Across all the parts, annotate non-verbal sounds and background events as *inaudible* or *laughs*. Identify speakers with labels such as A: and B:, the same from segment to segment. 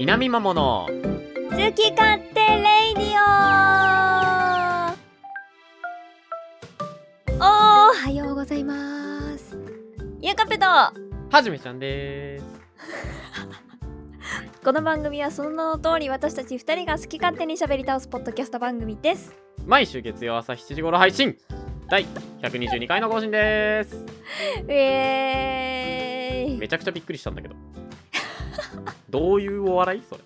A: 南桃の
B: 好き勝手レイディオおはようございますゆうかぺと
A: はじめちゃんです
B: この番組はその名の通り私たち二人が好き勝手に喋り倒すポッドキャスト番組です
A: 毎週月曜朝7時頃配信第122回の更新です
B: うえー
A: め
B: い
A: ちゃくちゃびっくりしたんだけ
B: *laughs*
A: どどういうお笑いそれ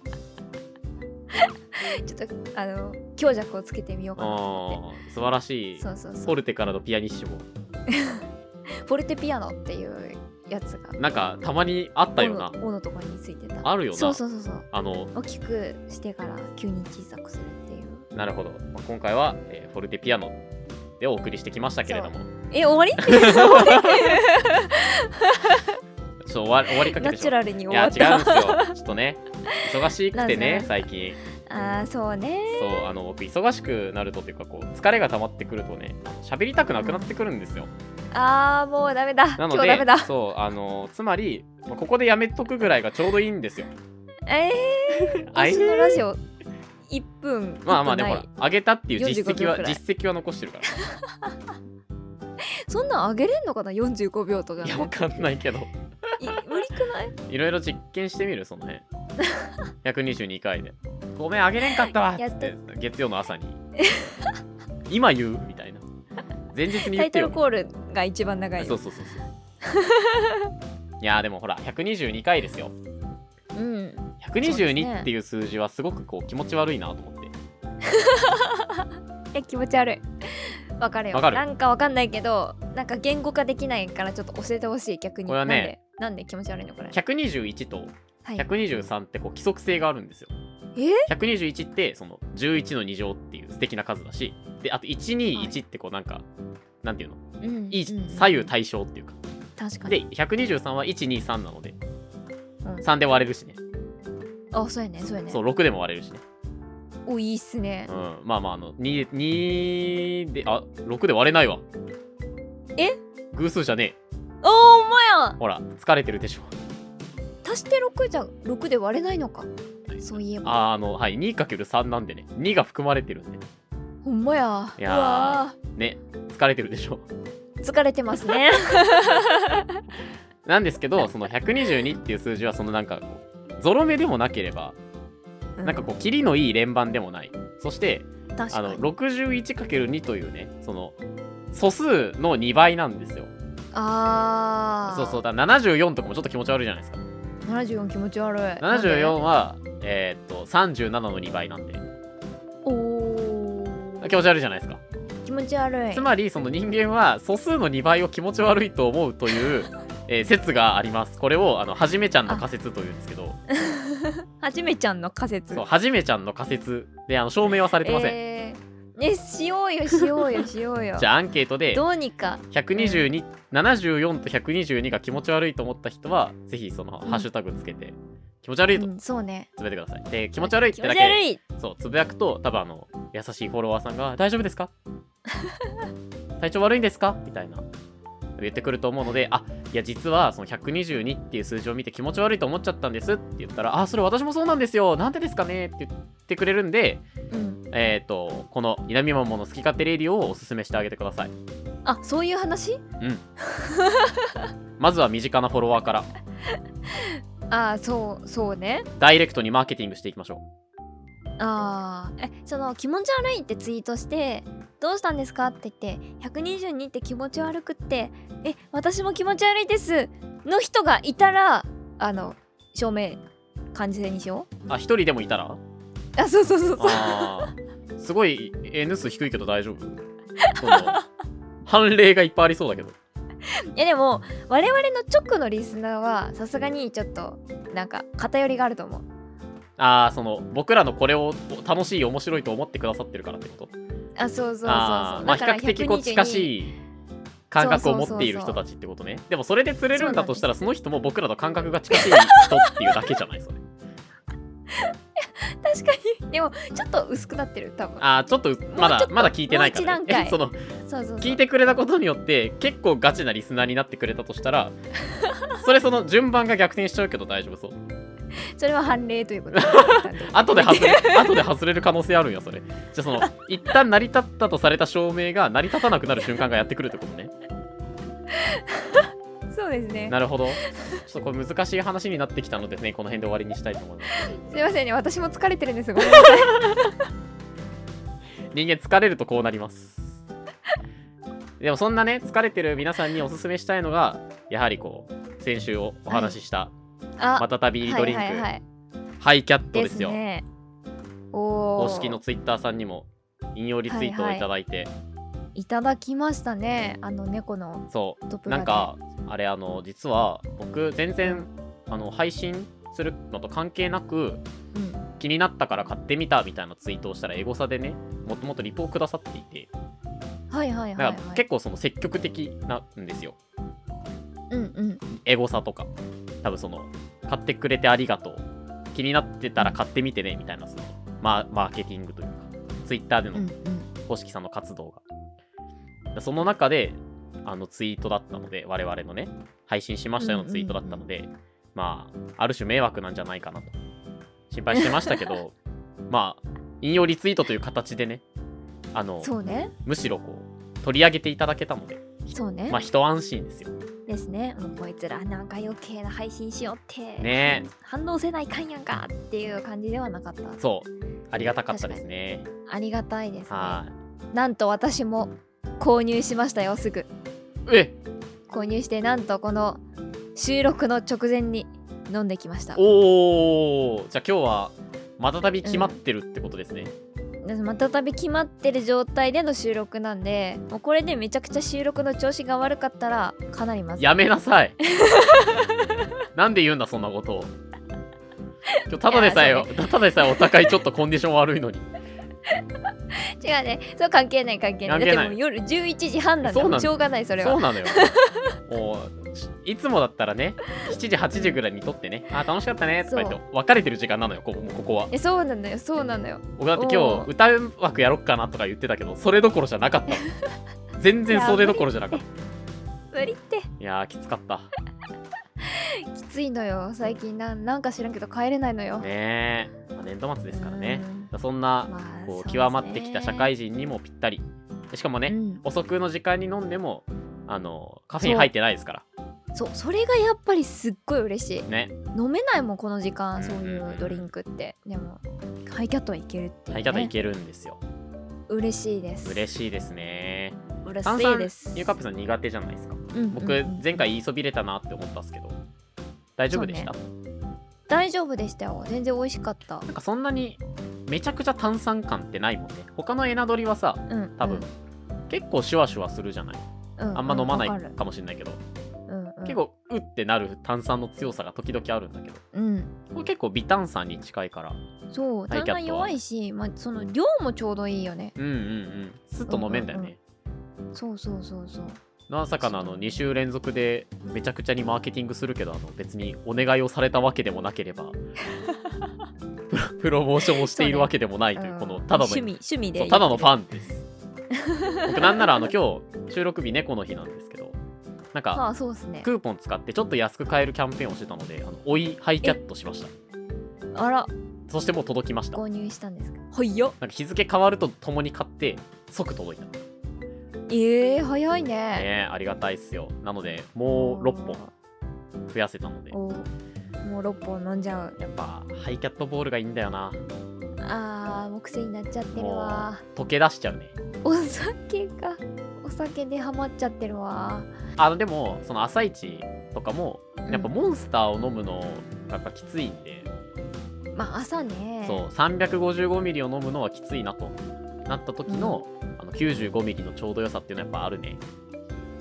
B: ちょっとあの強弱をつけてみようかなと思
A: あー素晴らしい
B: ってそうそうそ
A: ポ
B: う
A: ルテからのピアニッシモ
B: ポルテピアノっていうやつが
A: なんかたまにあったよな
B: 尾の尾のところについてた
A: あるよな
B: そうそうそうそう
A: あの
B: 大きくしてから急に小さくするっていう
A: なるほどまあ今回は、えーフォルテピアノでお送りしてきましたけれども
B: え終わ
A: *laughs*
B: り
A: ちょっと終わ終わりかけ
B: ナ
A: で
B: チュ
A: しょ
B: ラルに
A: い
B: 終
A: や
B: わっ
A: 違うんで
B: た
A: すよちょっとね忙しくて
B: *laughs* なん
A: ね
B: すか
A: 最近
B: ああそうね
A: そうあの僕忙しくなるとっていうかこう疲れが溜まってくるとね喋りたくなくなってくるんですよ、
B: ああもうダメだ
A: な
B: 今
A: の
B: 日ダメ
A: で
B: だ
A: そうあのつまりまあここでやめとくぐらいがちょうどいいんですよ
B: えー、
A: あえー
B: 私のラジオ1分
A: まあまあでも
B: も
A: ほら上げたっていう実績
B: 45秒
A: は
B: くらい
A: 実績は残してるか
B: *laughs* そんなん上げれんのかな45秒とから
A: いやわかんないけど
B: い無理くない
A: いろいろ実験してみるその *laughs* 辺122回でごめんあげれんかったわっ
B: や
A: つ
B: っ
A: っ
B: と
A: て月曜の朝に今言うみたいな前日に
B: タ
A: 言っ
B: イ
A: て
B: ト
A: よ
B: ルコールが一番長い
A: そう
B: よ
A: そうそうそういやーでもほら122回ですよ
B: うんそうです
A: 122
B: ね
A: っていう数字はすごくこう気持ち悪いなと思って
B: え気持ち悪いわかるよ
A: わかる
B: なんかわかんないけどなんか言語化できないからちょっと教えてほしい逆に
A: これはね
B: なんでなんで気持ち悪いのこれ、
A: 121と
B: はい、
A: 123ってこう規則性があるんですよ
B: え
A: 121ってその11の2乗っていう素敵な数だしであと121ってこうなんか、なんていうの
B: うん
A: いい
B: うん
A: 左右対称っていうか
B: 確かに
A: で123は123なので
B: うん
A: 3で割れるしね
B: あそうやねそうやね
A: そう6でも割れるしね、
B: おいいっすね
A: うん、まあまああの 2, 2であ6で割れないわ
B: え
A: 偶数じゃねえ
B: おおお前や
A: ほら疲れてるでしょ
B: 足して6じゃ6で割れないのかそういえば
A: あーあのはい 2×3 なんでね2が含まれてるんで
B: ほんまや
A: いやー
B: うわ
A: ね疲れてるでしょ *laughs*
B: ー疲れてますね
A: なんですけどその122っていう数字はそのなんかこうゾロ目でもなければ *laughs* なんかこうキリのいい連番でもないそして
B: うん確
A: あ
B: か
A: の
B: に
A: 61×2 というねその素数の2倍なんですよ
B: ああ
A: そうそうだから74とかもちょっと気持ち悪いじゃないですか
B: 74気持ち悪いなんで
A: 74はえーっと37の2倍なんで
B: おお
A: 気持ち悪いじゃないですか
B: 気持ち悪い
A: つまりその人間は素数の2倍を気持ち悪いと思うと
B: *laughs*
A: いう、えー説がありますこれをあのはじめちゃんの仮説というんですけど
B: *laughs* はじめちゃんの仮説
A: そうはじめちゃんの仮説であの証明はされてません、
B: えーねしようよしよ
A: *laughs*
B: うよしようよ
A: じゃあアンケートで
B: どうにか
A: 122 74と122が気持ち悪いと思った人はぜひその
B: うん
A: ハッシュタグつけて気持ち悪いと
B: うんそうね
A: つぶやいてください、で気持ち悪いっ
B: 気
A: て
B: 持
A: だ
B: ち
A: け
B: 悪
A: で
B: い
A: そうつぶやくと多分あの優しいフォロワーさんが「大丈夫ですか? 」「体調悪いんですか?」みたいな言ってくると思うので「あいや実はその122っていう数字を見て気持ち悪いと思っちゃったんです」って言ったら「あそれ私もそうなんですよなんでですかね?」って言ってくれるんで
B: うん
A: えっ、とこの「南マモの好き勝手レディオ」をおすすめしてあげてください
B: あそういう話
A: まずは身近なフォロワーから
B: ああそうそうね
A: ダイレクトにマーケティングしていきましょ
B: あーえその気持ち悪いってツイートしてどうしたんですかって言って122って気持ち悪くってえ私も気持ち悪いですの人がいたらあの証明感じ制にしよ
A: うあ一人でもいたら
B: うあそうそうそうそう
A: あーすごい N 数低いけど大丈夫その判例がいっぱいありそうだけど
B: いやでも我々の直のリスナーはさすがにちょっとなんか偏りがあると思う
A: ああその僕らのこれを楽しい面白いと思ってくださってるからってこと
B: あそうそうそうそう
A: あーまあ比較的こう近
B: い
A: しい感覚を
B: そう
A: 持
B: そうそうそ
A: っ
B: う
A: ている人たちってことねでもそれで釣れるんだとしたらその人も僕らと感覚が近しい人っていうだけじゃないそれ
B: 確かにでもちょっと薄くなってる多分
A: ああちょっとま
B: もうちょ
A: だ
B: っと
A: まだ聞いてないから、
B: もう
A: ね
B: 一段、階
A: えその
B: そうそうそう
A: 聞いてくれたことによって結構ガチなリスナーになってくれたとしたらそれその順番が逆転しちゃうけど大丈夫そう
B: それは判例という
A: *laughs*
B: ことで
A: 後で
B: *laughs*
A: 外れ後で外れる可能性あるんやそれじゃあその一旦成り立ったとされた証明が成り立たなくなる瞬間がやってくるってことね
B: そうですね
A: なるほどちょっとこれ難しい話になってきたのでねこの辺で終わりにしたいと思います
B: すいませんね私も疲れてる
A: *laughs*
B: んですごめんなさい
A: 人間疲れるとこうなりますでもそんなね疲れてる皆さんにおすすめしたいのがやはりこう先週お話しした「ま
B: あ
A: たたび入りドリンク」
B: はいはいはい
A: ハイキャット
B: で
A: ですすよ
B: ねお
A: 公
B: お
A: 式のツイッターさんにも引用リツイートをいただいて、
B: いただきましたねあの猫の
A: そう
B: トップ
A: な
B: が
A: んかあれあの実は僕全然あの配信するのと関係なく
B: うん
A: 気になったから買ってみたみたいなツイートをしたらエゴサでねもともとリポをくださっていて
B: はいはいはい
A: だ
B: は
A: か
B: い
A: ら結構その積極的なんですよ
B: うんうん
A: エゴサとか多分その買ってくれてありがとう気になってたら買ってみてねみたいなそのまあマーケティングというかツイッターで
B: うんう
A: の
B: ん
A: 公式さんの活動がだからその中であのツイートだったので我々のね配信しましたよのツイートだったので、まあある種迷惑なんじゃないかなと心配してましたけ
B: *laughs*
A: どまあ引用リツイートという形でねあの
B: そうね
A: むしろこう取り上げていただけたので
B: そうね、
A: まあ一安心ですよ
B: ですねもうこいつらなんか余計な配信しよって、
A: ね
B: 反応せないかんやんかっていう感じではなかった
A: そうありがたかったですね
B: ありがたいですね
A: はい
B: なんと私も購入しましたよすぐ
A: え
B: 購入してなんとこの収録の直前に飲んできました
A: おーじゃあ今日はまたたび決まってるってことですね、
B: でまたたび決まってる状態での収録なんでもうこれでめちゃくちゃ収録の調子が悪かったらかなりまずい
A: やめなさい *laughs* なんで言うんだそんなことを今日ただでさえ
B: いや
A: ただでさえお互いちょっとコンディション悪いのに
B: *laughs* 違うねそう関係ない関係ない
A: 関係ない
B: だってもう夜11時半なん
A: そ
B: だ
A: う
B: も
A: なんだ
B: んしょうがないそれは
A: そうなのよもうしいつもだったらね7時8時ぐらいに撮ってねあー楽しかったねとか言って別れてる時間なのよここもうここは
B: えそうなんだよそうなんだよ
A: 僕だって
B: お
A: 今
B: ー
A: 日歌う枠やろっかなとか言ってたけどそれどころじゃなかったの全然それどころじゃなかった
B: 無理って
A: いやーきつかった
B: きついのよ最近なんなんか知らんけど帰れないのよ、
A: ねえ、まあ年度末ですからね
B: うん
A: そんな
B: まあ
A: こう極まってきた社会人にもぴったりでしかもね、
B: 人うん、
A: 遅くの時間に飲んでもあのカフェイン入ってないですから
B: そうそれがやっぱりすっごい嬉しい
A: ね
B: 飲めないもんこの時間そうい
A: んうんう
B: うんうドリンクってでもハイキャットはいけるっていう、ね、
A: 入り方いけるんですよ
B: 嬉しいです
A: 嬉しいですね
B: 嬉
A: 炭
B: しい
A: 酸
B: です
A: ゆうかっぺさん苦手じゃないですか
B: うんうん
A: 僕前回言いそびれたなって思ったんですけど大丈夫でした、
B: 大丈夫でしたよ全然美味しかった
A: なんかそんなにめちゃくちゃ炭酸感ってないもんね他のエナドリはさ
B: うん
A: 多分、結構シュワシュワするじゃない
B: うん
A: あんま飲まない
B: うんわかる
A: かもしれないけど、
B: うんうん
A: 結構うってなる炭酸の強さが時々あるんだけど
B: うん
A: これ結構微炭酸に近いから
B: そう
A: ハイキャットは
B: 炭酸弱いし、まあ、その量もちょうどいいよね
A: うんうんうんスッと飲めんだよね、
B: うんうんそうそうそうそう
A: なさかのあ
B: そう
A: の
B: だね
A: 2週連続でめちゃくちゃにマーケティングするけどあの別にお願いをされたわけでもなければプロプロモーションをしているわけでもないという
B: うん
A: このただの
B: 趣味趣味で
A: そうただのファ
B: ン
A: ンです僕なんならあの今日収録日猫の日なんですけどなんか
B: ああそうですね
A: クーポン使ってちょっと安く買えるキャンペーンをしてたのであの追いハイキャットしました
B: あら
A: そしてもう届きましたな
B: 購入したんですかはいよ
A: んか日付変わるとともに買って即届いたね
B: ええ早いね
A: えありがたいっすよなのでもう6本増やせたので
B: おーもう6本飲んじゃう
A: やっぱハイキャットボールがいいんだよな
B: あーもう癖になっちゃってる
A: も
B: わ
A: う溶け出しちゃうね
B: お酒がお酒でハマっちゃってるわ
A: あのでもその朝一とかも
B: うん
A: やっぱモンスターを飲むのがやっぱきついんで、
B: まあ朝ね
A: そう355ミリを飲むのはきついなとなった時の,、あの95ミリのちょうど良さっていうのはやっぱあるね、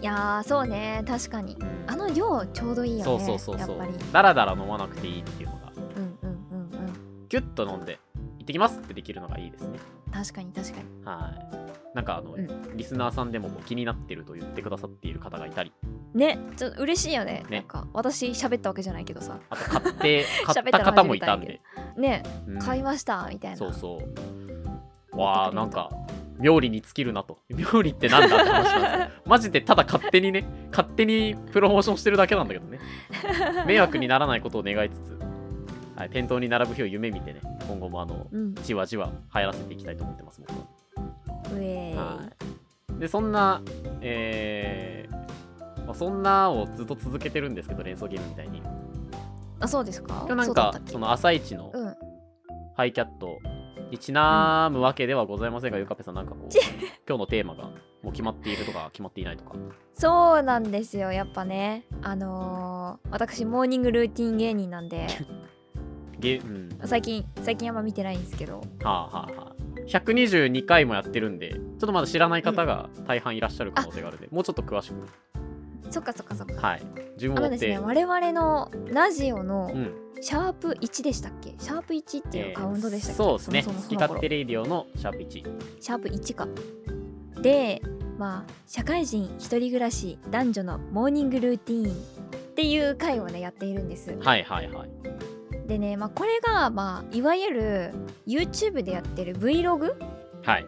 B: いやーそうね確かに
A: うん
B: あの量ちょうどいいよね
A: そうそうそうそ
B: やっ
A: う
B: ぱり
A: ダラダラ飲まなくていいっていうのが
B: うんうんうんうん
A: ギュッと飲んで行ってきますってできるのがいいですね
B: 確かに確かに
A: はいなんかあの、
B: うん
A: リスナーさんでもこう気になってると言ってくださっている方がいたり
B: ねちょっと嬉しいよね
A: ね
B: なんか私喋ったわけじゃないけどさ
A: あと買って
B: *laughs*
A: 買っ
B: 喋ったたら
A: 方もいたんで、
B: ね
A: うん
B: 買いましたみたいな
A: そうそうわあなんか妙理に尽きるなと妙理ってなんだって話なんですよマジでただ勝手にね勝手にプロモーションしてるだけなんだけどね迷惑にならないことを願いつつ、はい、店頭に並ぶ日を夢見てね今後もあの
B: うん
A: じわじわ流行らせていきたいと思ってます僕は
B: うえーい
A: はい、でそんな、えーまあ、そんなをずっと続けてるんですけど連想ゲームみたいに今
B: あそうですか
A: 日な
B: そ
A: ん
B: うだっ
A: か
B: たっけ
A: その「朝一の
B: うん
A: ハイキャットにちなむわけではございませんが、ゆかぺさんなんかこう
B: ち *laughs*
A: 今日のテーマがもう決まっているとか決まっていないとか
B: そうなんですよやっぱねあのー、私モーニングルーティン芸人な
A: *laughs*
B: んで
A: ゲうん
B: 最近最近あんま見てないんですけど
A: はあはあはあ122回もやってるんでちょっとまだ知らない方が大半いらっしゃる可能性があるんで、もうちょっと詳しく
B: そっかそっかそっか
A: はい順を追
B: あの
A: っ
B: です
A: て、
B: ね我々のラジオの
A: うん
B: シャープ1でしたっけシャープ1っていうカウントでしたっけ、
A: えーそうですね
B: そも
A: 好
B: そ
A: き
B: もその
A: 勝
B: 頃
A: 手レイディオのシャープ1
B: シャープ1かでまあ社会人一人暮らし男女のモーニングルーティーンっていう回をねやっているんです
A: はいはいはい
B: でね、まあ、これが、まあ、いわゆる YouTube でやってる Vlog
A: はい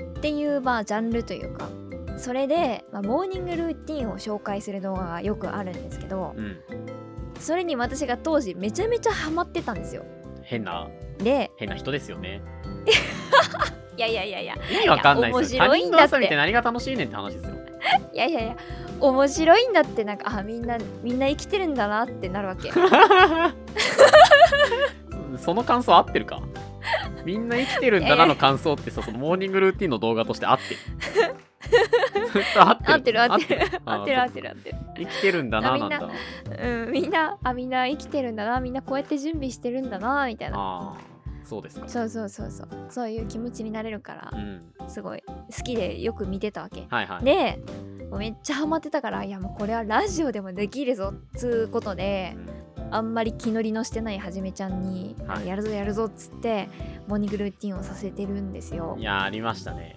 B: っていうまあジャンルというかそれで、まあ、モーニングルーティンを紹介する動画がよくあるんですけど
A: うん
B: それに私が当時めちゃめちゃハマってたんですよ
A: 変な
B: で
A: 変な人ですよね
B: いやいやいやいや
A: 意味わかんないですよ
B: いや
A: 他
B: 面白い
A: 人
B: ん
A: の
B: だって
A: 朝見て何が楽しいねんって話ですよ
B: いやいやいや面白いんだってなんかあみんなみんな生きてるんだなってなるわ
A: *laughs*
B: け
A: その感想合ってるかみんな生きてるんだなの感想ってさ、そのモーニングルーティンの動画として合って
B: *laughs*
A: る合ってる
B: 合ってる合ってる
A: あ
B: 合ってる合ってる合ってる
A: 生きてるんだな
B: み
A: なん
B: ん
A: だ
B: なうんみんなあみんな生きてるんだなみんなこうやって準備してるんだなみたいな
A: ああそうですか
B: そうそうそうそうそういう気持ちになれるから
A: うん
B: すごい好きでよく見てたわけ
A: はいはい、
B: でもうめっちゃハマってたからいやもうこれはラジオでもできるぞっつうことであんまり気乗りのしてないはじめちゃんに、
A: はい
B: やるぞやるぞっつってモーニングルーティンをさせてるんです
A: う
B: よ
A: んいやありましたね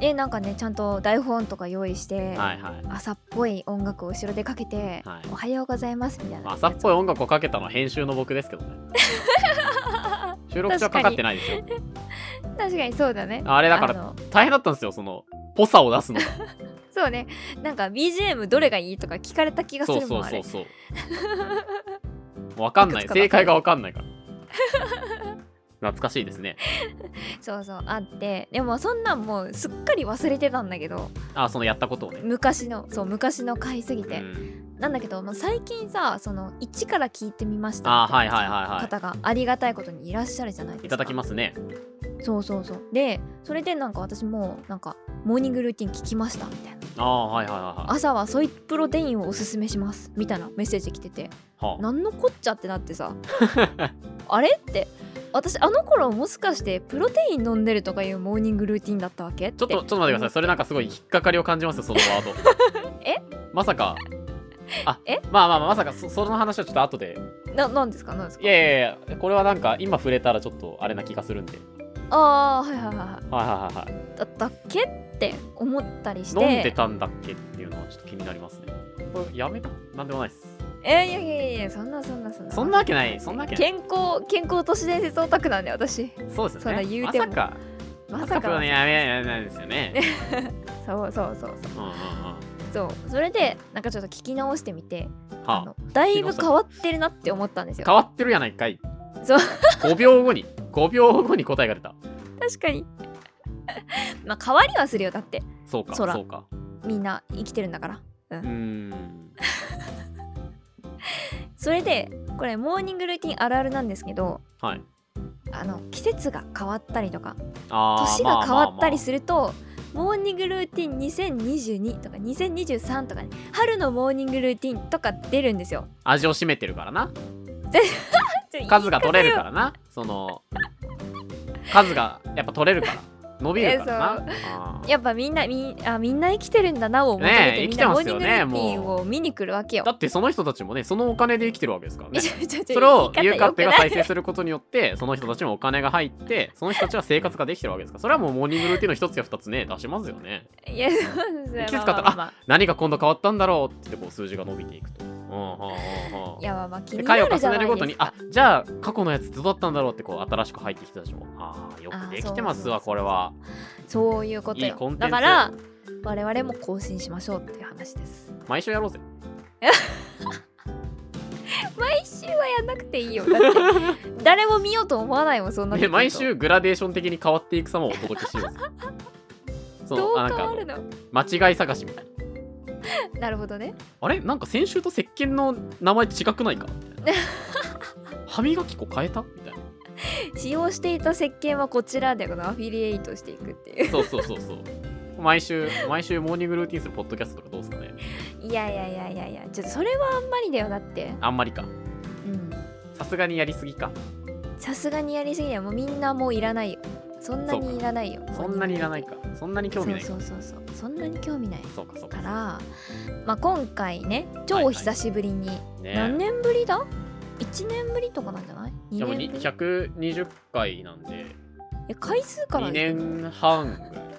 B: でなんかねちゃんと台本とか用意し
A: は
B: て、
A: いはい
B: 朝っぽい音楽を後ろでかけて「
A: はい
B: おはようございます」みたいな、
A: まあ、朝っぽい音楽をかけたのは編集の僕ですけどね
B: *laughs*
A: 収録中はかかってないですよ
B: 確かにそうだね
A: あれだから
B: あの
A: 大変だったんですよそのぽさを出すのが
B: そうねなんか BGM どれがいいとか聞かれた気がす
A: そう
B: るも
A: そ
B: ん
A: う
B: あ
A: そう
B: れ
A: そう分かんないい
B: くつか
A: 正解が分かんないから懐かしいですね
B: そうそうあってでもそんなんもうすっかり忘れてたんだけど
A: あそのやったことをね、
B: 昔のそう昔の回すぎ
A: う
B: て、
A: ん、
B: なんだけど、まあ、最近さその一から聞いてみました
A: あーはいはいはいはい
B: 方がありがたいことにいらっしゃるじゃないですか
A: いただきますね
B: そうそうそうでそれでなんか私もなんかモーニングルーティン聞きましたみたいな
A: ああはいはいは
B: 朝はソイプロテインをおすすめしますみたいなメッセージ来てて
A: いはいは
B: なんのこっちゃってなっ
A: *laughs*
B: てさあれって私あの頃もしかしてプロテイン飲んでるとかいうモーニングルーティンだったわけ
A: ちょっとちょっと待ってくださいそれなんかすごい引っかかりを感じますよそのワード
B: *laughs* え
A: まさかあ
B: え
A: まあまあまあまさかそその話はちょっと後で
B: ななんですかなんですか
A: いやいやいやこれはなんか今触れたらちょっとあれな気がするんで
B: ああはいはいはいはい
A: はいはいはいはい
B: だったっけって思ったりして
A: 飲んでたんだっけっていうのはちょっと気になりますねこれやめたなんでもないです
B: えいやいやいやいやそんなそんなそんな
A: そんなわけないそんなわけない
B: 健康健康都市伝説オタクなんで私
A: そうです
B: そ
A: よ
B: ん
A: ね
B: な言うても
A: まさか
B: まさか
A: はねやめやめないですよ
B: *laughs*
A: ね
B: そうそうそう
A: うんうんうんは
B: そうそうそれでなんかちょっと聞き直してみてあ
A: あ
B: のだいぶ変わってるなって思ったんですよ
A: 変わってるやないかい
B: そう
A: 5秒後に5秒後に答えが出た
B: 確かに *laughs* まあ変わりはするよだって
A: そうか
B: そら
A: そうか
B: みんな生きてるんだから
A: うーん
B: それでこれモーニングルーティンあるあるなんですけど
A: はい
B: あの季節が変わったりとか
A: あー
B: 年が変わっ
A: まあま
B: たり
A: あまあ
B: すると、モーニングルーティン2022とか2023とかね春のモーニングルーティンとか出るんですよ。
A: 味を占めてるからな
B: ちょ
A: 数が取れるから
B: 言い
A: なその数がやっぱ取れるから伸びるから
B: *laughs*
A: なあ
B: 方
A: ー
B: よやっぱみんなみんあみんな生きてるんだなを求めて、
A: ねえ
B: みん
A: 生きて
B: なモ
A: ま
B: ー
A: す
B: ニン
A: よ
B: グ
A: ね
B: ルーティン
A: も
B: を見に来るわけよ。
A: だってその人たちもねそのお金で生きてるわけですから
B: *laughs*
A: ねそ
B: そ
A: れをゆうか
B: か
A: ってが再生することによってその人たちもお金が入ってその人たちは生活ができてるわけですからそれはもうモーニングルーティンの一つや二つね出しますよね
B: *laughs* いやそうですね
A: 季節変わった
B: まあまあまあ
A: 何が今度変わったんだろうって言ってこう数字が伸びていくとうんうんうんうん
B: いやまあまあ気
A: で
B: にな
A: 回を
B: る
A: 重
B: じゃな
A: ね
B: い
A: るごとに
B: です
A: あ
B: か
A: じゃあ過去のやつどうだったんだろうってこう新しく入ってきたでしょああよ
B: あー
A: くできてますわ
B: そ
A: こ
B: うそうそうそう
A: れは
B: そういうことよ
A: いいコンテンツ
B: だから我々も更新しましょうっていう話です
A: 毎週やろうぜ
B: 毎週はやんなく
A: *laughs*
B: ていいよだって誰も見ようと思わないもんそんな
A: で毎週グラデーション的に変わっていく様をお届けしよ
B: *laughs*
A: うぜそ
B: どう
A: あなん
B: 変
A: かあ
B: わ
A: の
B: るの
A: 間違い探しみたいな
B: なるほどね
A: あれなんか先週と石鹸の名前違くないかみ *laughs* たいな歯磨き粉変えたみたいな
B: 使用していた石鹸はこちらでこのアフィリエイトしていくっていう *laughs*
A: そうそうそうそう毎週毎週モーニングルーティンするポッドキャストとかどうですかね
B: いやいやいやいやいやちょっとそれはあんまりだよだって
A: あんまりか
B: うん
A: さすがにやりすぎか
B: さすがにやりすぎだよもうみんなもういらないよそんなにいらないよ
A: そんなにいらないかそんなに興味ないか
B: そうそうそうそうそんなに興味ない
A: そうかそう
B: か、
A: から
B: まあ、今回ね
A: はい
B: 超
A: はい
B: 久しぶりに、
A: ね
B: 何年ぶりだ ?1 年ぶりとかなんじゃない
A: で
B: ?2
A: も
B: 年
A: に
B: ぶり
A: 120回なんで
B: え回数から
A: 2年半ぐらい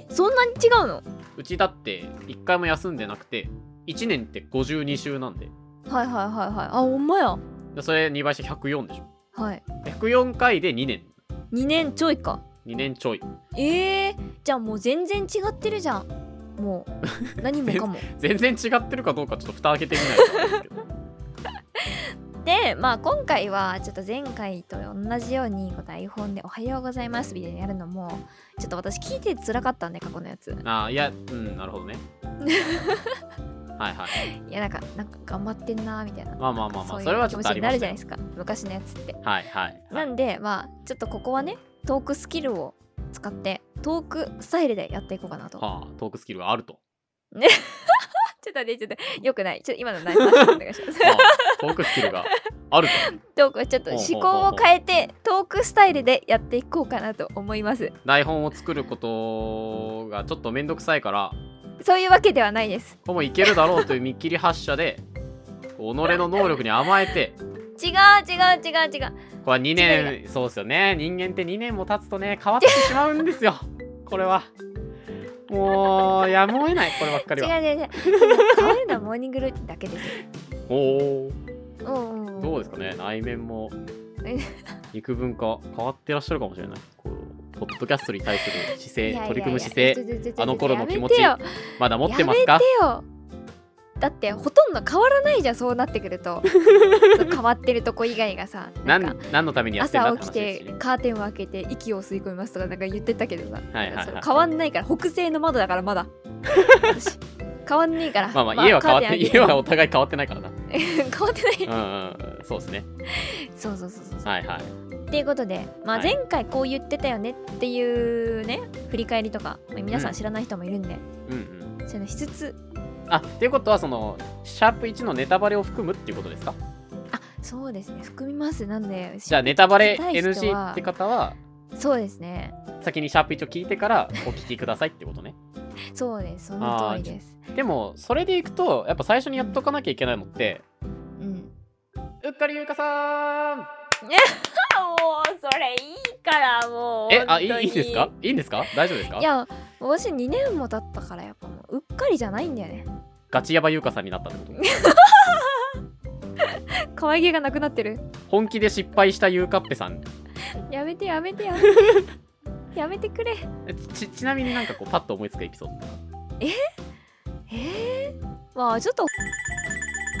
B: えそんなに違うの
A: うちだって1回も休んでなくて1年って52週なんで
B: はいはいはいはいあほんまや
A: でそれ2倍して104でしょ
B: はい
A: 104回で2年
B: 2年ちょいか
A: 2年ちょい
B: えー、じゃあもう全然違ってるじゃんも
A: *laughs*
B: う何もかも
A: 全然違ってるかどうかちょっと蓋開けてみないとわかんないですけど
B: でまあ今回はちょっと前回と同じようにこう台本で「おはようございます」みたいなやるのもちょっと私聞いて辛かったんで過去のやつ
A: ああいやうんなる
B: *laughs*
A: ほどねはいはい
B: いやなんかなんか頑張ってんなーみたいな
A: まあまあまあま
B: そう
A: あ
B: いう
A: それはち
B: 気
A: ょっ
B: 持ち
A: とあ
B: に
A: り
B: な
A: ま
B: る
A: した
B: じゃない
A: よ
B: ですか昔のやつって
A: はいはいは
B: ないんでまあちょっとここはねトークスキルを使ってトークスタイルでやっていこうかなと
A: はあトークスキルがあ
B: *laughs*
A: ると
B: ちょっと待ってちょっとよくないちょっと今の何話お願いします
A: *laughs* はあトークスキルがあると
B: トークちょっと思考を変えてトークスタイルでやっていこうかなと思います
A: 台本を作ることがちょっとめんどくさいから
B: そういうわけではないです
A: ほぼいけるだろうという見切り発車で己の能力に甘えて
B: 違う違う違う違う
A: これ2年そうですよね人間って2年も経つとね変わってしまうんですよこれはもうやむを得ないこればっかりは
B: 違う違う違う変わるのはモーニングルーティンだけです
A: おお
B: ようんんん
A: どうですかね内面
B: *laughs*
A: も
B: え
A: 幾分か変わってらっしゃるかもしれないこうポッドキャストに対する姿勢
B: いやいやいや
A: 取り組む姿勢
B: ちょちょちょちょ
A: あの頃の気持ち
B: やめてよ
A: まだ持ってますか
B: やめてよだってほとんど変わらないじゃんそうなってくる
A: *laughs*
B: とそう変わってるとこ以外がさ
A: な
B: なんか
A: ん何のためにやってんだ
B: 朝
A: って
B: 起き
A: 話ですしてね
B: カーテンを開けて息を吸い込みますとかなんか言ってたけどさ、
A: はいはいはい
B: それ変わんないから北西の窓だから
A: *laughs*
B: まだ私変わんねえから
A: まあまあ家は変わっ
B: カ
A: て
B: ーテン
A: 家は
B: 開
A: お互い変わってないからな
B: けて *laughs* 変わってない、
A: うんうんそうですね
B: そうそうそうそう、
A: はいはい
B: っていうことで、まあ、
A: はい
B: 前回こう言ってたよねっていうね振り返りとかまあ皆さん知らない人もいるんで、
A: うんうん
B: そういうのしつつ
A: あっていうことはそのシャープ1のネタバレを含むっていうことですか
B: あそうですね含みますなんで
A: じゃあネタバレ
B: 聞きたい人
A: NG
B: は
A: って方は
B: そうですね
A: 先にシャープ1を聞いてからお聞きくださいってことね
B: そうですその通りです
A: でもそれでいくとやっぱ最初にやっとかなきゃいけないのって
B: うん
A: うっかりゆうかさん
B: もうそれいいからも
A: えあいいいいですかいいんですか大丈夫ですか
B: いや私2年も経ったからやっぱもううっかりじゃないんだよね
A: ガチヤバゆうかさんになったってこと
B: 可愛げがなくなってる
A: 本気で失敗したゆうかっぺさん
B: やめてやめてやめてやめてくれ
A: えちちなみになんかこうパッと思いつくエピソード
B: えー、まあちょっと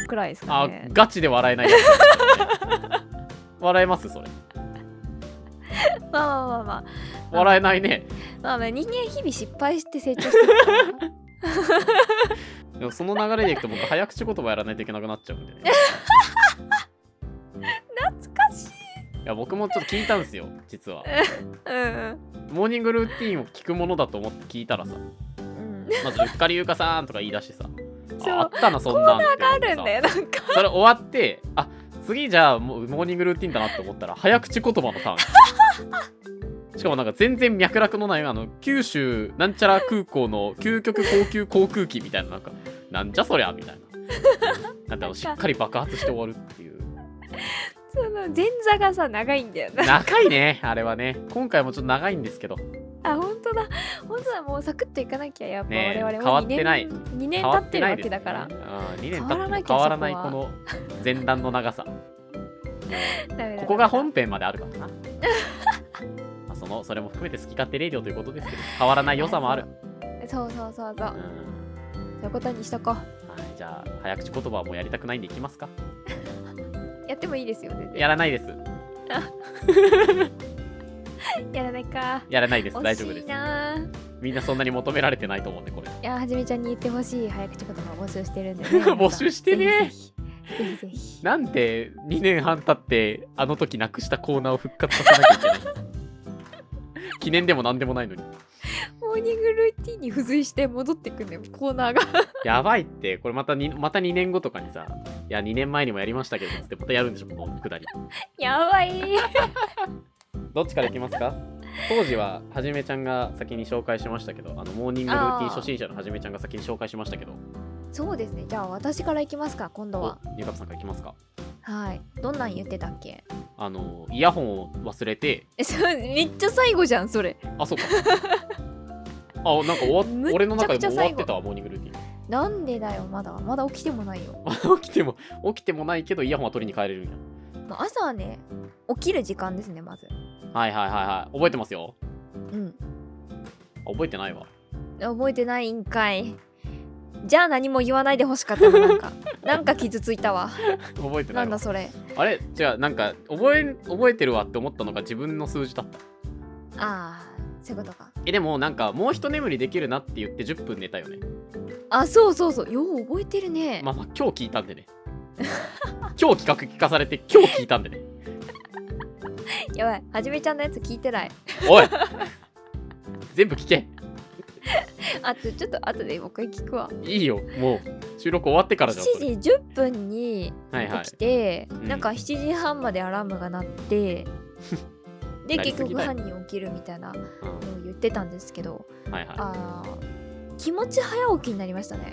B: くらいですか
A: あ
B: ね
A: ガチで笑えないやつ笑えますそれ
B: まあまあまあまあ
A: 笑えないね
B: まあまあ人間日々失敗して成長してるから
A: でもその流れでいくと僕早口言葉やらないといけなくなっちゃうんでね
B: 懐かしい
A: いや僕もちょっと聞いたんですよ実は
B: うん
A: モーニングルーティンを聞くものだと思って聞いたらさ
B: うん
A: まず「ゆっかりゆうかさん」とか言い出してさ
B: そう
A: ああったなそんなんって
B: あるんだよなんか
A: それ終わってあ次じゃあもうモーニングルーティンだなって思ったら早口言葉のター
B: *laughs*
A: ンしかもなんか全然脈絡のないあの九州なんちゃら空港の究極高級航空機みたいななんかなんじゃそりゃみたいななんかあのしっかり爆発して終わるっていう
B: その前座がさ長いんだよな
A: 長いねあれはね今回もちょっと長いんですけど
B: あ本当だ本当だもうサクッといかなきゃやっぱ
A: ねえ
B: 我々
A: 変わ
B: も
A: っ
B: 2
A: てない
B: 年2年経ってるわけだから、
A: 2年
B: 変
A: 経
B: わ
A: っ
B: ら
A: ても
B: なきゃ
A: 変わらない
B: そ
A: こ
B: こは
A: の前段の長さ
B: ダメだ
A: ここが本編まであるからなまあそのそれも含めて好き勝手レディオということですけど変わらない良さもあ
B: *laughs*
A: る
B: そうそうそうそう
A: う
B: そ
A: ん
B: ういうことにしとこう
A: はいじゃあ早口言葉はもうやりたくないんでいきますか
B: やってもいいですよ全然
A: やらないです
B: やらないか
A: やらないです大丈夫
B: 惜
A: で
B: しい
A: す
B: なあ
A: みんなそんなに求められてないと思うんでこれ
B: いやはじめちゃんに言ってほしい早口言葉を募集してるんで、ね、
A: *laughs* 募集してね
B: ぜひぜひぜひぜひ
A: なんで2年半経ってあの時なくしたコーナーを復活させなきゃいけない記念でも何でもないのに
B: モーニングルーティンに付随して戻ってくんだよコーナ
A: *laughs*
B: ーが
A: やばいってこれまたにまた2年後とかにさいや2年前にもやりましたけどつってまたやるんでしょこのくだり
B: やばい
A: どっちからいきますか当時ははじめちゃんが先に紹介しましたけどあのモーニングルーティン初心者のはじめちゃんが先に紹介しましたけど
B: そうですねじゃあ私からいきますか今度は
A: おゆかぷさんからいきますか
B: はいどんなん言ってたっけ
A: あのイヤホンを忘れて
B: えそうめっちゃ最後じゃんそれ
A: あそうかあなんか終わっ
B: むっちゃくちゃ
A: 俺の中でもう終わって
B: 最
A: たわモーニングルーティン
B: なんでだよまだまだ起きてもない *laughs* よ
A: 起きても起きてもないけどイヤホンは取りに帰れるんや
B: まあ朝はね起きる時間ですねまず
A: はいはいはいはい覚えてますよ
B: うん
A: あ覚えてないわ
B: 覚えてないんかいじゃあ何も言わないでほしかった *laughs* ななんかなんか傷ついた *laughs* わ
A: 覚えてな
B: ないん
A: わ
B: だそれ
A: あれじゃあなんか覚え覚えてるわって思ったのが自分の数字だった
B: あーそういうことか
A: えでもなんかもう一眠りできるなって言って10分寝たよね
B: あそうそうそうよう覚えてるね、
A: まあまあ今日聞いたんでね *laughs* 今日企画聞かされて今日聞いたんでね
B: やばいはじめちゃんのやつ聞いてない
A: おい *laughs* 全部聞け
B: あとちょっと後でもう一回聞くわ
A: いいよもう収録終わってからじゃんそれ
B: 7時10分に
A: はいはい
B: 起きて、
A: ん
B: なんか7時半までアラームが鳴って *laughs* で
A: なり
B: 結
A: すぎ
B: 局
A: だよ
B: 犯人起きるみたいなのを
A: う
B: 言ってたんですけど
A: んはいは
B: あー気持ち早起きになりましたね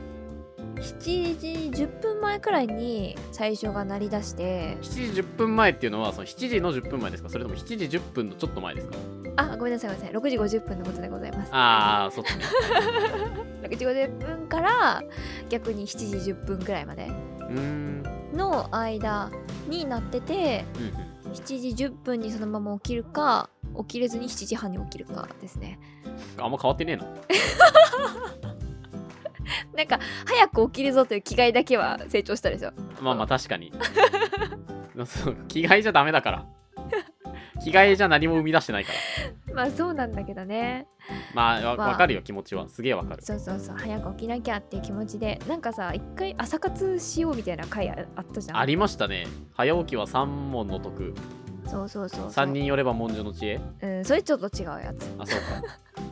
B: 7時10分前くらいに最初が鳴り出して
A: い7時10分前っていうのはその7時の10分前ですかそれとも7時10分のちょっと前ですか
B: あごめんなさいごめんなさい6時50分のことでございます
A: ああそっちね
B: 6時50分から逆に7時10分くらいまで
A: うーん
B: の間になってて
A: うんうん
B: 7時10分にそのまま起きるか起きれずに7時半に起きるかですね
A: あんま変わってねえな
B: なんか早く起きるぞという気概だけは成長したでしょ
A: まあまあ確かに *laughs* そう着替えじゃダメだから着替えじゃ何も生み出してないから
B: まあそうなんだけどね
A: まあわ、
B: まあ
A: わかるよ気持ちはすげえわかる
B: そうそうそう早く起きなきゃっていう気持ちでなんかさ一回朝活しようみたいな回ああったじゃん
A: ありましたね早起きは3問の得
B: そうそうそうそ
A: 3
B: う
A: 人寄れば文書の知恵
B: うんそれちょっと違うやつ
A: あそう
B: *laughs*
A: か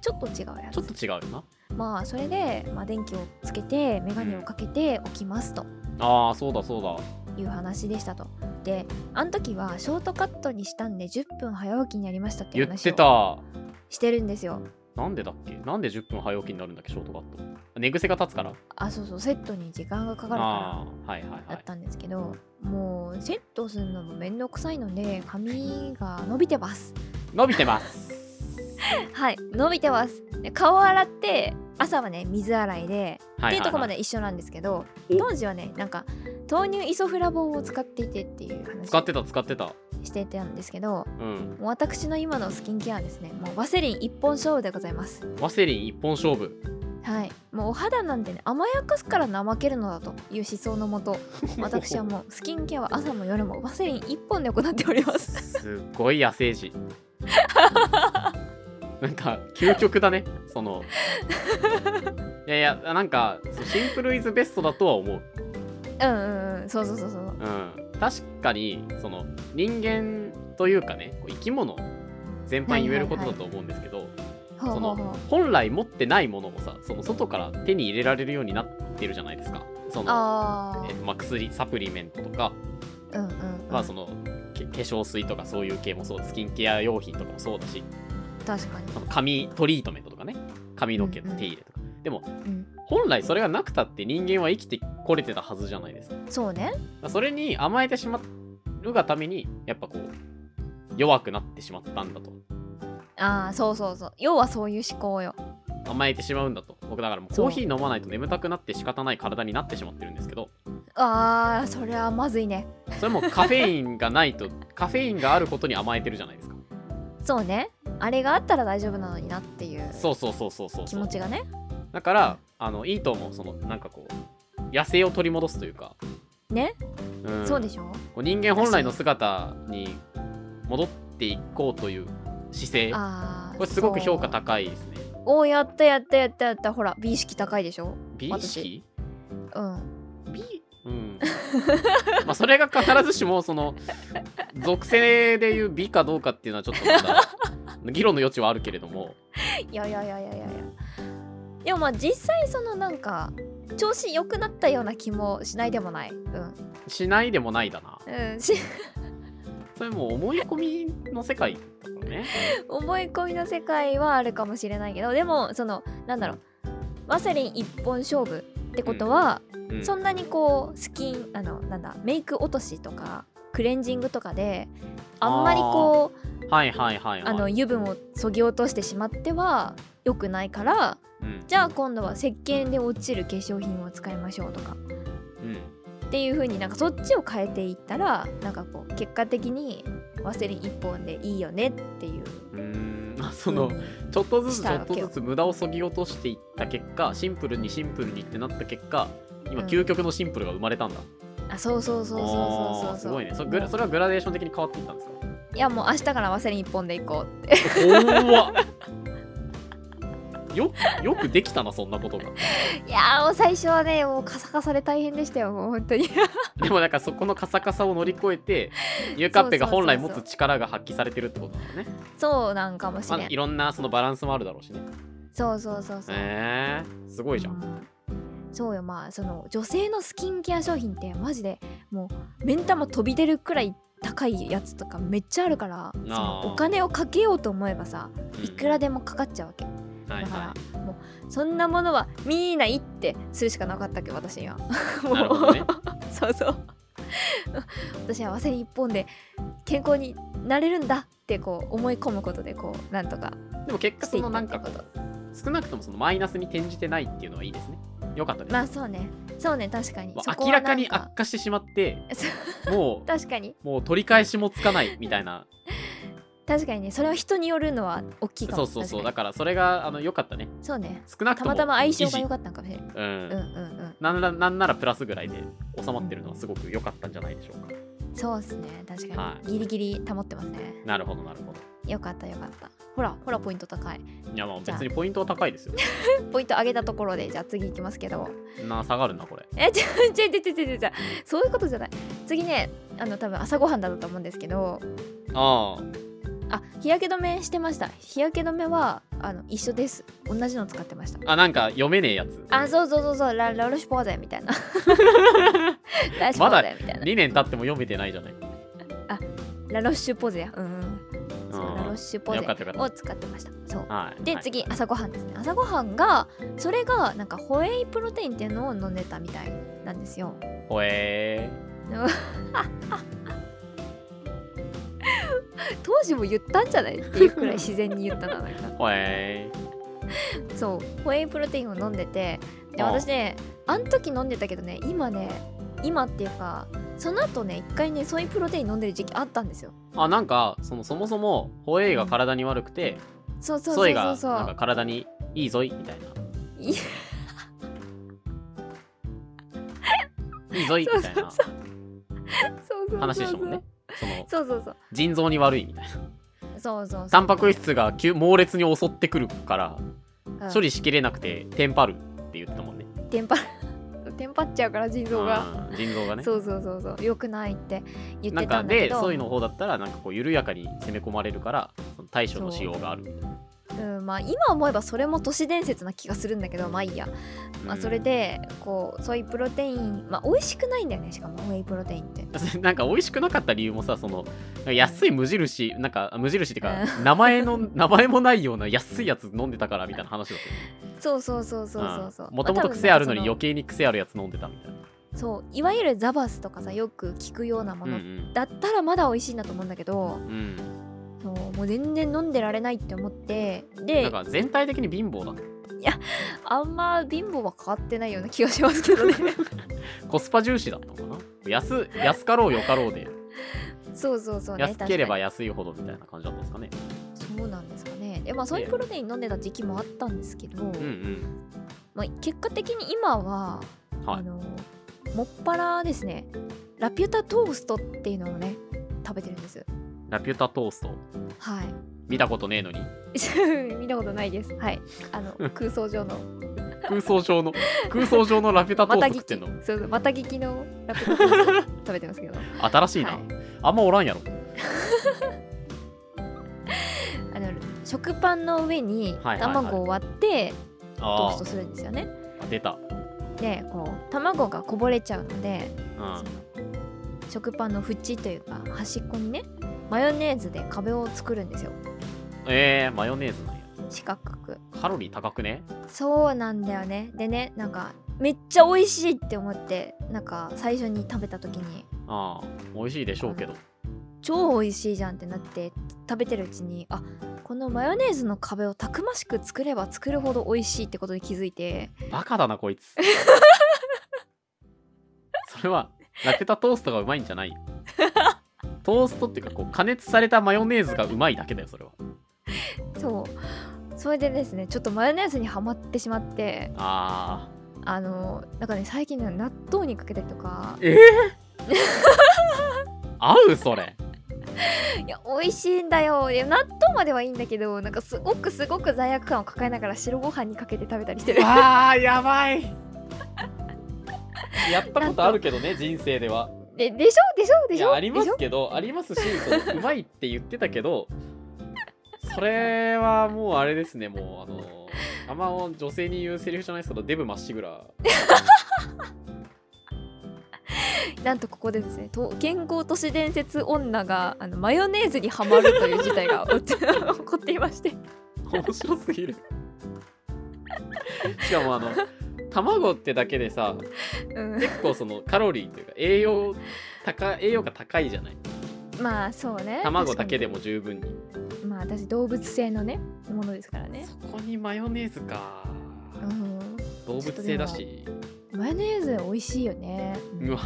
B: ちょっと違うや
A: ちょ
B: つ
A: っと違うよな
B: まあそれで、まあ、電気をつけて眼鏡をかけて起きますと
A: ああそうだそうだ
B: いう話でしたとであの時はショートカットにしたんで10分早起きになりましたってい
A: 言
B: う
A: っ
B: 話
A: て
B: を
A: た
B: してるんですよ
A: なんでだっけなんで10分早起きになるんだっけショートカット寝癖が立つから
B: あそうそうセットに時間がかかるから
A: ああーはいはいは
B: だっ
A: い
B: たんですけど、もうセットするのもめんどくさいので髪が伸びてます
A: 伸びてます
B: はい伸びてますで顔を洗って朝はね水洗いで
A: は
B: って
A: い
B: いう
A: は
B: と
A: い
B: こ
A: は
B: ま
A: い
B: で一緒なんですけど、
A: お
B: 当時はねなんか豆乳イソフラボンを使っていてっていう話
A: 使っ
B: を
A: てた使ってた
B: してたんですけど
A: うん
B: もう私の今のスキンケアはですねもうワセリン一本勝負でございます
A: ワセリン一本勝負
B: はいもうお肌なんてね甘やかすから怠けるのだという思想のもと
A: *laughs*
B: 私はもうスキンケアは朝も夜もワセリン一本で行っており
A: *laughs*
B: ます
A: すっごい野生児 *laughs* なんか究極だねそのいやいやなんかそうシンプルイズベストだとは思う、
B: うんうんうんそうそうそうそう
A: うん、確かにその人間というかねこう生き物全般言えることだと思うんですけど、
B: ほう
A: そ
B: ほう
A: の
B: ほう
A: 本来持ってないものもさその外から手に入れられるようになってるじゃないですかその、
B: あ
A: えっとまあ、薬サプリメントとか
B: あうんうん、うん、
A: まあそのけ化粧水とかそういう系もそうスキンケア用品とかもそうだし
B: 確かに
A: その髪トリートメントとかね髪の毛の手入れとか、でも
B: うん
A: 本来それがなくたって人間は生きてこれてたはずじゃないですかだか
B: そうね
A: らそれに甘えてしまうがためにやっぱこう弱くなってしまったんだと
B: ああそうそうそう要はそういう思考よ
A: 甘えてしまうんだと僕だからもう
B: そう
A: コーヒー飲まないと眠たくなって仕方ない体になってしまってるんですけど
B: あーそれはまずいね
A: それもカフェインがないと *laughs* カフェインがあることに甘えてるじゃないですか
B: そうねあれがあったら大丈夫なのになっていう
A: そうそうそうそうそう
B: 気
A: そ
B: 持
A: う
B: ちがね
A: だからあのいいと思うそのなんかこう野生を取り戻すというか
B: ね、
A: うん、
B: そうでしょ
A: こう人間本来の姿に戻っていこうという姿勢
B: あー
A: これすごく評価
B: い
A: 高いですね
B: おーやったやったやったやったほら美意識高いでしょ
A: 美意識
B: うん
A: 美うん、まあそれが必ずしもその属性でいう美かどうかっていうのはちょっとまだ議論の余地はあるけれども
B: いやいやいやいやいやいやでもまあ実際そのなんか調子良くなったような気もしないでもないうん、
A: しないでもないだな
B: うん、 *laughs* し
A: それもう思い込みの世界だからね
B: 思い込みの世界はあるかもしれないけどでもそのなんだろうワセリン一本勝負ってことは、
A: うん
B: そんなにこうスキンあのなんだメイク落としとかクレンジングとかであんまりこう
A: はいはいはいはい
B: あの油分をそぎ落としてしまっては良くないから
A: うん
B: じゃあ今度は石鹸で落ちる化粧品を使いましょうとか
A: うん
B: っていう風になんかそっちを変えていったらなんかこう結果的にワセリン一本でいいよねっていう
A: うーんまあそのちょっとずつち
B: し
A: ょ
B: た
A: っ
B: わけ
A: と
B: よ
A: ずつ無駄をそぎ落としていった結果シンプルにシンプルにってなった結果今
B: うん
A: 究極のシンプルが生まれたんだ、
B: あそうそうそうそうそうそう
A: あ
B: そ
A: ー
B: う
A: すごいねそグラそれはグラデーション的に変わっていったんですか
B: いやもう明日からワセリン一本でいこう
A: 怖っよよくできたなそんなことが
B: いやーもう最初はねもうカサカサで大変でしたよもう本当に
A: でもなんかそこのカサカサを乗り越えてゆかっぺが本来持つ力が発揮されてるってことなのね
B: そうなんかもし
A: ま
B: れ
A: あ
B: ん
A: いろんなそのバランスもあるだろうしね
B: そうそうそうそう、
A: へえー、すごいじゃん
B: うんそうよまあその女性のスキンケア商品ってマジでもう目ん玉飛び出るくらい高いやつとかめっちゃあるからそのお金をかけようと思えばさいくら
A: で、
B: でもかかっちゃうわけ
A: うんはい
B: だ
A: は
B: からもうそんなものは見ないってするしかなかったっけ私には
A: い、 *laughs* なるほどね
B: そうそう *laughs* 私はワセリン一本で健康になれるんだってこう思い込むことでこうなんとか
A: でも結果
B: し
A: そ
B: て *laughs* いった
A: のな
B: っ
A: ん
B: て
A: かこ
B: こ
A: う
B: と
A: 少なくともそのマイナスに転じてないっていうのはいいですねよかったです、
B: まあそうねそうね確かに
A: もう
B: そこ
A: 明
B: は
A: ら
B: な
A: か
B: ん
A: に悪化してしまって
B: そう
A: も
B: *laughs* 確かに
A: うもう取り返しもつかないみたいな
B: 確かにねそれは人によるのは大きいか
A: そ
B: も
A: うそうそうだ
B: 確
A: からそれがあの良かったね
B: かにそうね
A: 少なく
B: た
A: とも
B: またま相性が
A: 維
B: 良
A: 持
B: かったんかもしれない
A: うん
B: うんうん
A: なんらなんならプラスぐらいで収まってるのはすごく良かったんじゃないでしょうか
B: うんそうっすね確かに、
A: はい
B: ギリギリ保ってますね
A: なるほどなるほど
B: よかったよかったほらほらポイント高い
A: いやまあ
B: じゃあ
A: 別にポイントは高いですよ
B: ポイント上げたところでじゃあ次行きますけど
A: な下がるなこれ
B: えちょちょちょちょちょちょちょそういうことじゃない次ねあの多分朝ごはんだったと思うんですけど
A: ああ
B: あ日焼け止めしてました日焼け止めはあの一緒です同じの使ってました
A: あなんか読めねえやつ
B: あそうそうそうそうララルシュポーゼ
A: *laughs*
B: みたいなラルシュ
A: ま
B: ポ
A: だ
B: ーゼみたいな、
A: 2年経っても読めてないじゃない
B: ラロッシュポーゼやうんうんそう
A: うん
B: ラロッシュポ
A: よかっ
B: ー
A: たよか
B: ゼ
A: っ
B: を使ってましたそう
A: はい
B: で
A: はい
B: 次朝ごはんですね朝ごはんがそれがなんかホエイプロテインっていうのを飲んでたみたいなんですよ *laughs*
A: ほえー
B: 当時も言ったんじゃないっていうくらい自然に言ったななんか
A: *laughs* ほえー
B: そうホエイプロテインを飲んでてで
A: ああ
B: 私ねあん時飲んでたけどね今ね今っていうかその後ね一回ねソイプロテイン飲んでる時期あったんですよ
A: あなんかそのそもそもホエイが体に悪くて
B: そうそう
A: ソ
B: そ
A: イ
B: うそ
A: が
B: うそ
A: なんか
B: う
A: 体にいいぞいみたいないいいぞいみたいな
B: そうそう
A: 話で
B: そう
A: した
B: そ
A: もん
B: う
A: ねその
B: そうそうそう
A: 腎臓に悪いみたいな
B: そうそう
A: タンパク質が急猛烈に襲ってくるから
B: うん
A: 処理しきれなくてテンパるって言ってたもんね
B: テンパ *laughs* テンパっちゃうから腎臓が
A: うん腎臓がね
B: そうそうそうそうよくないって言っ
A: なん
B: てた
A: か
B: んだけ
A: で
B: ど
A: ソイの方だったらなんかこう緩やかに攻め込まれるからその対処の仕様があるみたいな
B: うんまあ今思えばそれも都市伝説な気がするんだけどまあいいやまあ
A: うん
B: それでこうソイプロテインまあ美味しくないんだよねしかもホエイプロテインって
A: *laughs* なんか美味しくなかった理由もさその安い無印なんか無印っていうか名前の名前もないような安いやつ飲んでたからみたいな話だっ
B: そうそうそうそう
A: た
B: そうそう
A: もともと癖あるのに
B: よ
A: 余計に癖あるやつ飲んでたみたいな
B: そういわゆるザバスとかさよく聞くようなも
A: うんう
B: の
A: ん
B: だったらまだ美味しいんだと思うんだけど、
A: うん
B: そうもう全然飲んでられないって思ってで
A: なんか全体的に貧乏だね
B: あんま貧乏は変わってないような気がしますけ
A: *laughs*
B: どね
A: コスパ重視だったのかな安安かろうよかろうで
B: そうそうそうね
A: 安ければ
B: 確
A: 安いほどみたいな感じだったんですかね
B: かにそうなんですかねでまあそういうプロテイン飲んでた時期もあったんですけど、
A: うん
B: まあ、結果的に今は、
A: うんは
B: あ
A: い
B: のもっぱらですねラピュタトーストっていうのをね食べてるんです
A: ラピュタトースト
B: はい *laughs*
A: 見たことねえのに
B: 見たことないですはいあの空想上の
A: 空想上
B: *laughs*
A: の空想上のラピュタト
B: ま
A: ー
B: た
A: スト食っ
B: 聞
A: てん
B: き
A: の
B: そうそうまた聞きのラピュタトースト食べてますけど
A: 新しいな、
B: はい
A: あんまおらんやろ
B: あの食パンの上に
A: はいはいはい
B: 卵を割ってトー
A: あ
B: ストするんですよね、
A: あ出た、
B: でこう卵がこぼれちゃうので
A: うん
B: その食パンの縁というか端っこにねマヨネーズで壁を作るんですよ
A: えー、マヨネーズなんや
B: 四角く
A: カロリー高くね
B: そうなんだよねでねなんかめっちゃ美味しいって思ってなんか最初に食べた時に
A: ああ美味しいでしょうけど
B: 超美味しいじゃんってなって食べてるうちにあこのマヨネーズの壁をたくましく作れば作るほど美味しいってことに気づいて
A: バカだなこい *laughs* つそれはラピュタトーストがうまいんじゃないよトーストっていうかこう加熱されたマヨネーズがうまいだけだよそれは
B: そうそれでですねちょっとマヨネーズにはまってしまって
A: あ
B: あのなんかね最近ね納豆にかけたりとか
A: えー、合うそれ
B: *laughs* いや美味しいんだよいや納豆まではいいんだけどなんかすごくすごく罪悪感を抱えながら白ご飯にかけて食べたりしてる
A: わあやばいやったことあるけどね人生では
B: ででしょでしょで
A: い
B: しょ
A: やありま
B: でし
A: す
B: ょ
A: けどありますしそのうまいって言ってたけどそれはもうあれですねもうあのあんま女性に言うセリフじゃないですけどデブまっしぐら
B: なんとここでですねと健康都市伝説女があのマヨネーズにはまるという事態が起こって *laughs* いまして
A: 面白すぎるしかもあの卵ってだけでさ
B: うん *laughs*
A: 結構そのカロリーというか栄養高栄養が高いじゃない
B: まあそうね
A: 卵だけで
B: も
A: も十分に
B: まあ私動物性のねものですからね
A: そこにマヨネーズか
B: うん
A: 動物性だし
B: マヨネーズ美味しいよね
A: うわ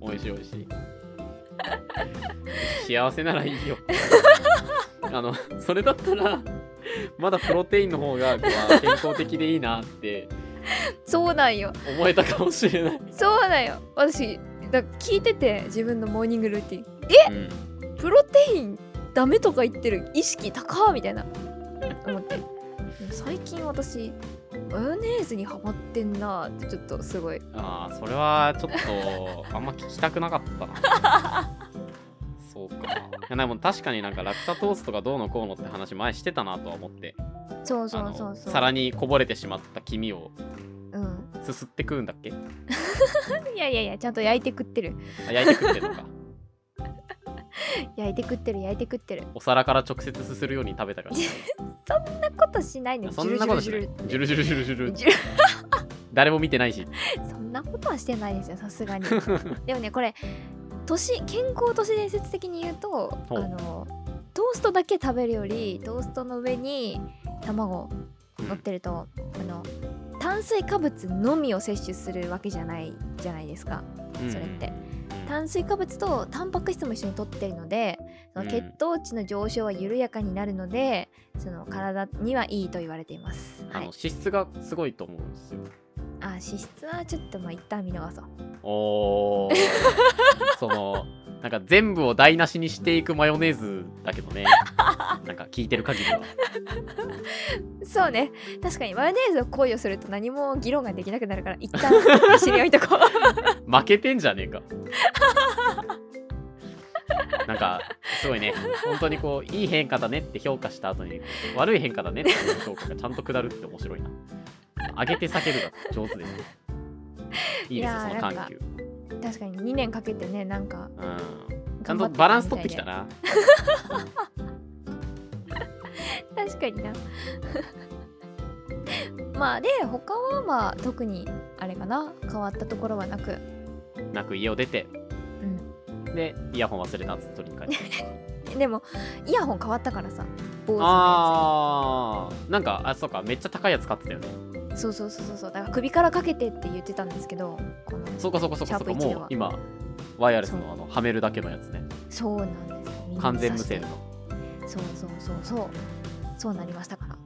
A: 美味しい美味しい幸せならいいよあのそれだったらまだプロテインの方がこうあ健康的でいいなって
B: そうなんよ
A: 思えたかもしれない、
B: そうなんよ私だから聞いてて自分のモーニングルーティン
A: うん
B: プロテインダメとか言ってる意識高っみたいな思ってでも最近私マヨネーズにハマってんなってちょっとすごい
A: ああそれはちょっとあんま聞きたくなかったな
B: *laughs*
A: そうかいやでも確かになんかラピュタトーストがどうのこうのって話前してたなとは思って
B: そう
A: あ
B: そう
A: の
B: そうそう
A: 皿にこぼれてしまった黄身を
B: うん
A: すすって食うんだっ
B: *laughs*
A: け
B: いやいやいやちゃんと焼いて食ってる
A: あ焼いて食ってるのか
B: 焼いて食ってる焼いて食ってる
A: お皿から直接すするように食べたからい
B: そんなことしないの
A: やそんなことしないジュルジュルジュルジュル
B: ジュル
A: 誰も見てないし
B: そんなことはしてないですよさす
A: *laughs*
B: がにでもねこれ都市健康都市伝説的に言うとあ
A: ほう
B: のトーストだけ食べるよりトーストの上に卵乗ってると、あの炭水化物のみを摂取するわけじゃないじゃないですかそれって炭水化物とタンパク質も一緒に摂ってるのでその
A: うん
B: 血糖値の上昇は緩やかになるので、その体にはいいと言われています、
A: あの
B: はい、
A: 脂質がすごいと思うんですよ
B: あ脂質はちょっとまあ一旦見逃そう
A: おーそのなんか全部を台無しにしていくマヨネーズだけど
B: *laughs*
A: ねなんか聞いてる限りは
B: そうね確かにマヨネーズを考慮すると何も議論ができなくなるから一
A: *laughs*
B: 旦知り合いとこう
A: 負けてんじゃねえかなんかすごいね本当にこういい変化だねって評価した後に悪い変化だねっていう評価がちゃんと下るって面白いな上げて下げるが上手です
B: *laughs*
A: ねいいですよ
B: いやー
A: その
B: なん
A: 緩
B: か
A: 急
B: 確かに2年かけてねなんか
A: うんちゃん
B: 頑張
A: とバランス取ってきたな
B: 確かにな *laughs* まあで他はまあ特にあれかな変わったところはなく
A: なく家を出て
B: うん
A: でイヤホン忘れたっつって取りに帰って
B: でもイヤホン変わったからさ坊主の
A: あーなんかあそうかめっちゃ高いやつ買ってたよね
B: やつそうそうそうそうそうだから首からかけてって言ってたんですけどこの
A: そうかそうかそうかそうか
B: シャープ一
A: も
B: では
A: う今ワイヤレス
B: そう
A: のあのはめるだけのやつね
B: そうなんですよ
A: 完全無線の
B: そうそうそうそうそうなりましたから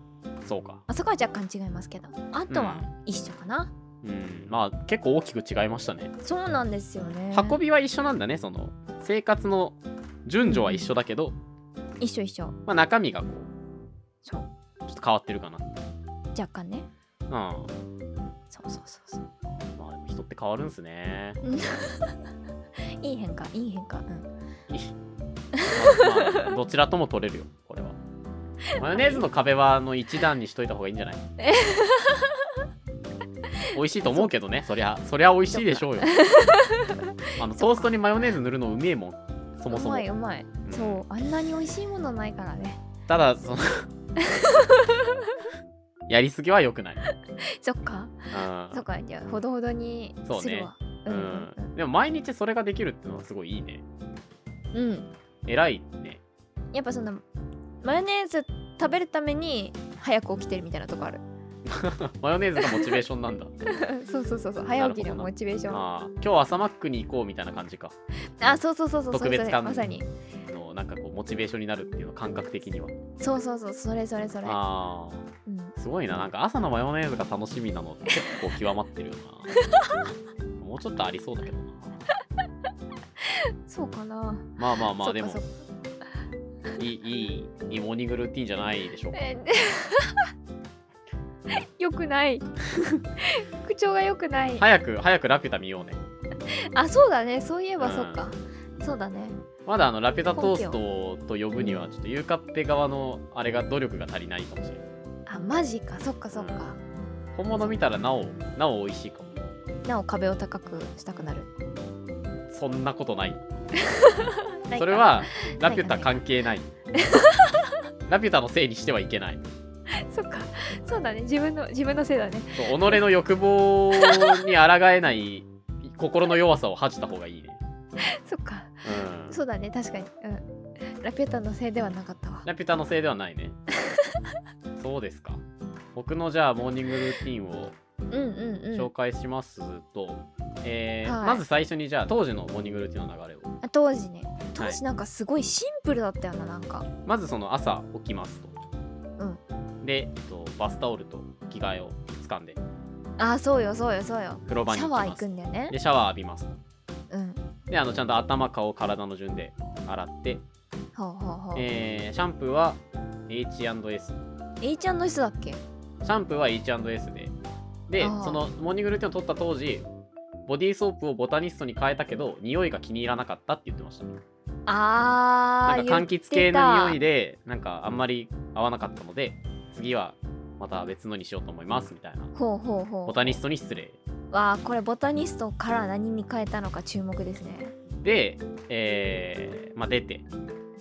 A: そうか
B: あそこは若干違いますけどあとは一緒かな、
A: うんまあ結構大きく違いましたね
B: そうなんですよね
A: 運びは一緒なんだねその生活の順序は一緒だけど、
B: 一緒一緒
A: まあ、中身がこ
B: そう
A: うちょっと変わってるかな
B: 若干ね
A: うんま
B: そうそうそうそう
A: あでも人って変わるんすね
B: いい変化いい変化うん
A: まあまあどちらとも取れるよこれはマヨネーズの壁はあの一段にしといた方がいいんじゃ
B: *laughs*
A: ない美味しいと思うけどねそりゃそりゃ美味しいでしょうよあのトーストにマヨネーズ塗るのうめえもんそもそうも
B: まいうまい、
A: うん
B: そうあんなに美味しいものないからね
A: ただそのやりすぎは良くない、
B: *laughs* そっか
A: うん
B: そっかじゃあほどほどに
A: そうね
B: するわ
A: う
B: うん
A: んでも毎日それができるってのはすごいいいね
B: うんうん、うん、
A: 偉いね
B: やっぱそのマヨネーズ食べるために早く起きてるみたいなとこある
A: マヨネーズがモチベーションなんだ
B: そうそうそうそう早起きのモチベーションあ
A: ああ今日朝マックに行こうみたいな感じか
B: そうそうそうそう
A: 特別感
B: それそれまさに
A: あのなんかこうモチベーションになるっていうの感覚的には
B: そうそうそうそれそれそれ、
A: あ
B: うん、
A: ーすごいななんか朝のマヨネーズが楽しみなのって結構極まってるよ
B: *laughs*
A: なもうちょっとありそうだけどな
B: そうかな
A: まあまあまあ
B: そっか
A: でも
B: そっか
A: いいいいいいモーニングルーティンじゃないでしょうか
B: えー *laughs* よくない
A: *laughs*
B: 口調がよくない、
A: 早く早くラピュタ見ようね
B: あそうだねそういえば
A: うん
B: そっか、そうだね
A: まだあのラピュタトーストと呼ぶにはちょっとユーカッペ側のあれが努力が足りないかもしれない
B: あマジかそっかそっか、
A: 本物見たらなおなお美味しいかも
B: なお壁を高くしたくなる
A: そんなことない
B: ないか
A: それは
B: か
A: ラピュタ関係
B: *laughs*
A: ないラピュタのせいにしてはいけない
B: そっかそうだね自分の自分のせいだね
A: そう己の欲望に抗えない心の弱さを恥じた方がいいね、
B: そっか
A: うん、
B: そうだね確かにうんラピュタのせいではなかったわ
A: ラピュタのせいではない
B: *laughs*
A: ねそうですか僕のじゃあモーニングルーティンを
B: うんうんう
A: 紹
B: ん
A: 介しますと、えー
B: はい
A: まず最初にじゃあ当時のモーニングルーティンの流れを
B: あ当時ね
A: は
B: 当
A: い
B: 時なんかすごいシンプルだったよななんか
A: まずその朝起きますと、で、えっと、バスタオルと着替えを掴んで
B: あそうよそうよそうよ
A: 風呂場に
B: シャ
A: 行き
B: ワー
A: ま
B: 行
A: す
B: くんだよね
A: でシャワー浴びます
B: うん
A: であのちゃんと頭顔体の順で洗って、
B: ほうほうほう、
A: えーシャンプーは H&S
B: H& の人だっけ
A: シャンプーは H&S でで
B: あー
A: そのモーニングルーティンを取った当時ボディーソープをボタニストに変えたけど匂いが気に入らなかったって言ってました
B: あ
A: な
B: ー
A: んか柑橘系の匂い
B: で
A: でなんかあんまり合わなかったので次はまた別のにしようと思いますみたいな
B: ほうほうほう
A: ボタニストに失礼
B: わあこれボタニストから何に変えたのか注目ですね
A: で、えーまあ、出て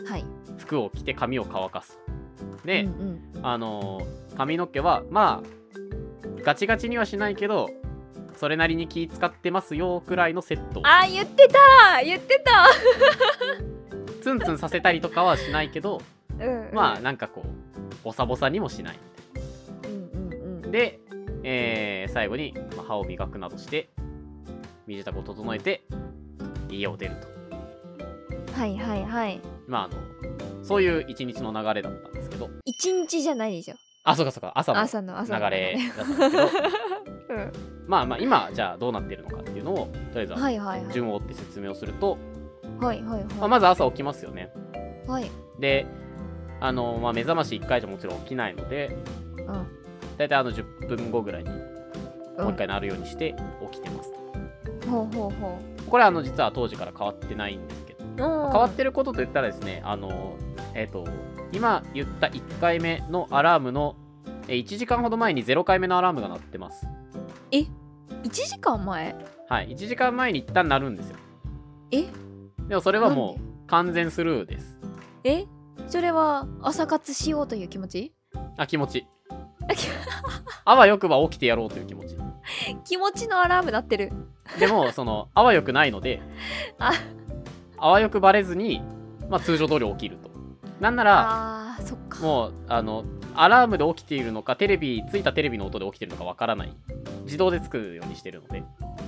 B: はい
A: 服を着て髪を乾かすで、
B: うんうん、
A: あのー髪の毛はまあガチガチにはしないけどそれなりに気使ってますよくらいのセット
B: あー言ってた言ってた
A: ツンツンさせたりとかはしないけど
B: うん、うん、
A: まあなんかこうボサボサにもしない
B: うんうんうん
A: で、えー最後に、まあ歯を磨くなどして身支度を整えて家を出ると
B: はいはいはい
A: まああのそういう一日の流れだったんですけど
B: 一日じゃないでしょ
A: あそうかそうか朝の
B: 朝の朝の
A: 流れだったんですけ *laughs* ど
B: うん
A: まあまあ今じゃあどうなってるのかっていうのをとりあえず
B: はいはいはい
A: 順を追って説明をすると、
B: はいはいはい
A: まあ、まず朝起きますよね
B: はい
A: であの、まあ、目覚まし1回じゃもちろん起きないので
B: うん
A: 大体あの10分後ぐらいに
B: うん
A: もう1回鳴るようにして起きてます、
B: ほうほうほ
A: これはあの実は当時から変わってないんですけど
B: う
A: 変わってることといったらですねあのえっ、と今言った1回目のアラームのえー1時間ほど前に0回目のアラームが鳴ってます
B: 1時間前
A: はい1時間前に一旦鳴るんですよ
B: え
A: でもそれはも
B: なん
A: う完全スルーです
B: えそれは朝活しようという気持ち
A: あ気持
B: *laughs*
A: ち
B: あき
A: あわよくば起きてやろうという気持ち
B: 気持ちのアラーム鳴ってる *laughs*
A: でもそのあわよくないので
B: あ
A: ああわよくばれずに、まあ、通常通り起きると。なんなら
B: あーそっか
A: もうあのアラームで起きているのかテレビついたテレビの音で起きているのかわからない自動でつくようにしているので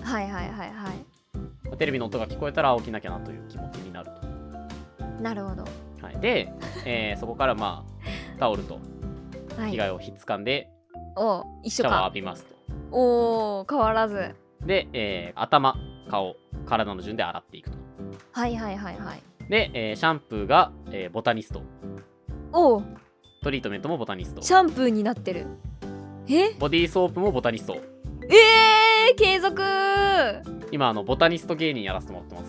B: はいはいはいはい
A: まあテレビの音が聞こえたら起きなきゃなという気持ちになる
B: なるほど
A: と。はい、
B: *laughs*
A: で、えーそこからまあタオルと
B: は
A: 被
B: い
A: 害をひっつかんで
B: お一
A: シ
B: 緒
A: ャワー
B: か
A: 浴びますと。
B: おー変わらず
A: で、えー頭顔体の順で洗っていくと。
B: はいはいはいはい
A: で、えーシャンプーが、えーボタニスト
B: お
A: トリートメントもボタニスト
B: シャンプーになってるえ
A: ボディーソープもボタニスト
B: えー、継続 *laughs*
A: 今あのボタニスト芸人やらせてもらってま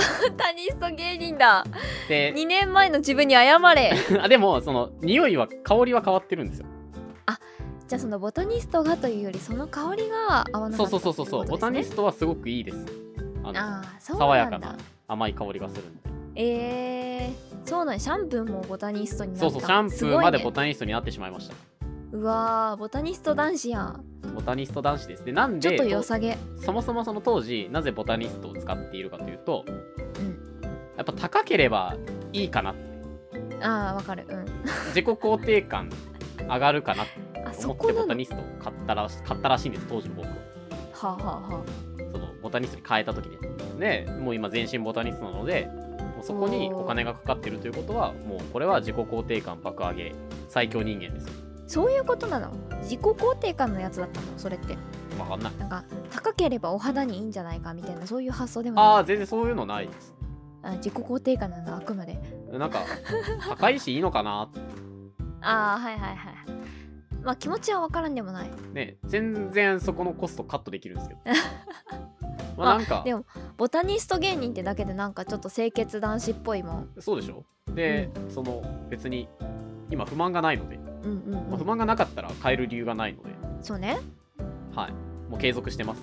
A: す
B: タニスト芸人だ
A: で
B: 2年前の自分に謝れ
A: *laughs*
B: *laughs*
A: あでもその匂いは香りは変わってるんですよ
B: じゃあそのボタニストがというよりその香りが合わな
A: そ
B: かっ
A: う
B: た
A: そうそうそうそう、
B: ってい
A: ボ
B: こ
A: タ
B: とですね
A: ニストはすごくいいですあの
B: あーそう
A: 爽や
B: な
A: か
B: んだ
A: な甘い香りがするんで
B: えー、そうなんやシャンプーもボタニストになった
A: そうそうシャンプ
B: す
A: ー
B: ごい
A: まで
B: ね
A: ボタニストになってしまいました、
B: うわーボタニスト男子やん
A: ボタニスト男子ですねなん
B: ちょっ
A: で
B: と良さげ
A: そもそもその当時なぜボタニストを使っているかというと、
B: ん
A: やっぱ高ければいいかな
B: あーわかるう
A: 自己肯定感上がるかなって
B: んあそ
A: 思っ
B: こ
A: て
B: な
A: ボ
B: の
A: タ
B: は
A: ニストを買ったらし買ったらしいんです当時の僕は
B: あ、はあは
A: そのボタニストに変えた時ででもう今全身ボタニストなのでもうそこに
B: おー
A: お金がかかってるということはもうこれは自己肯定感爆上げ最強人間ですよ
B: あ、そういうことなの自己肯定感のやつだったのそれって
A: わかんない
B: なんか高ければお肌にいいんじゃないかみたいなそういう発想でも
A: あ
B: ない
A: あ全然そういうのないです
B: あ自己肯定感なんだあくまで
A: なん
B: *laughs*
A: か高いしいいのかなって
B: ああはいはいはいまあ気持ちは分からんでもない
A: ね全然そこのコストカットできるん
B: *laughs*
A: ですけどま
B: ま
A: あ
B: あ
A: なんか
B: でもボタニスト芸人ってだけでなんかちょっと清潔男子っぽいもん
A: そうでしょで、その別に今不満がないので、
B: うんうん、
A: まあ
B: う
A: 不
B: ん
A: 満がなかったら変える理由がないので
B: そうね
A: はいもう継続してます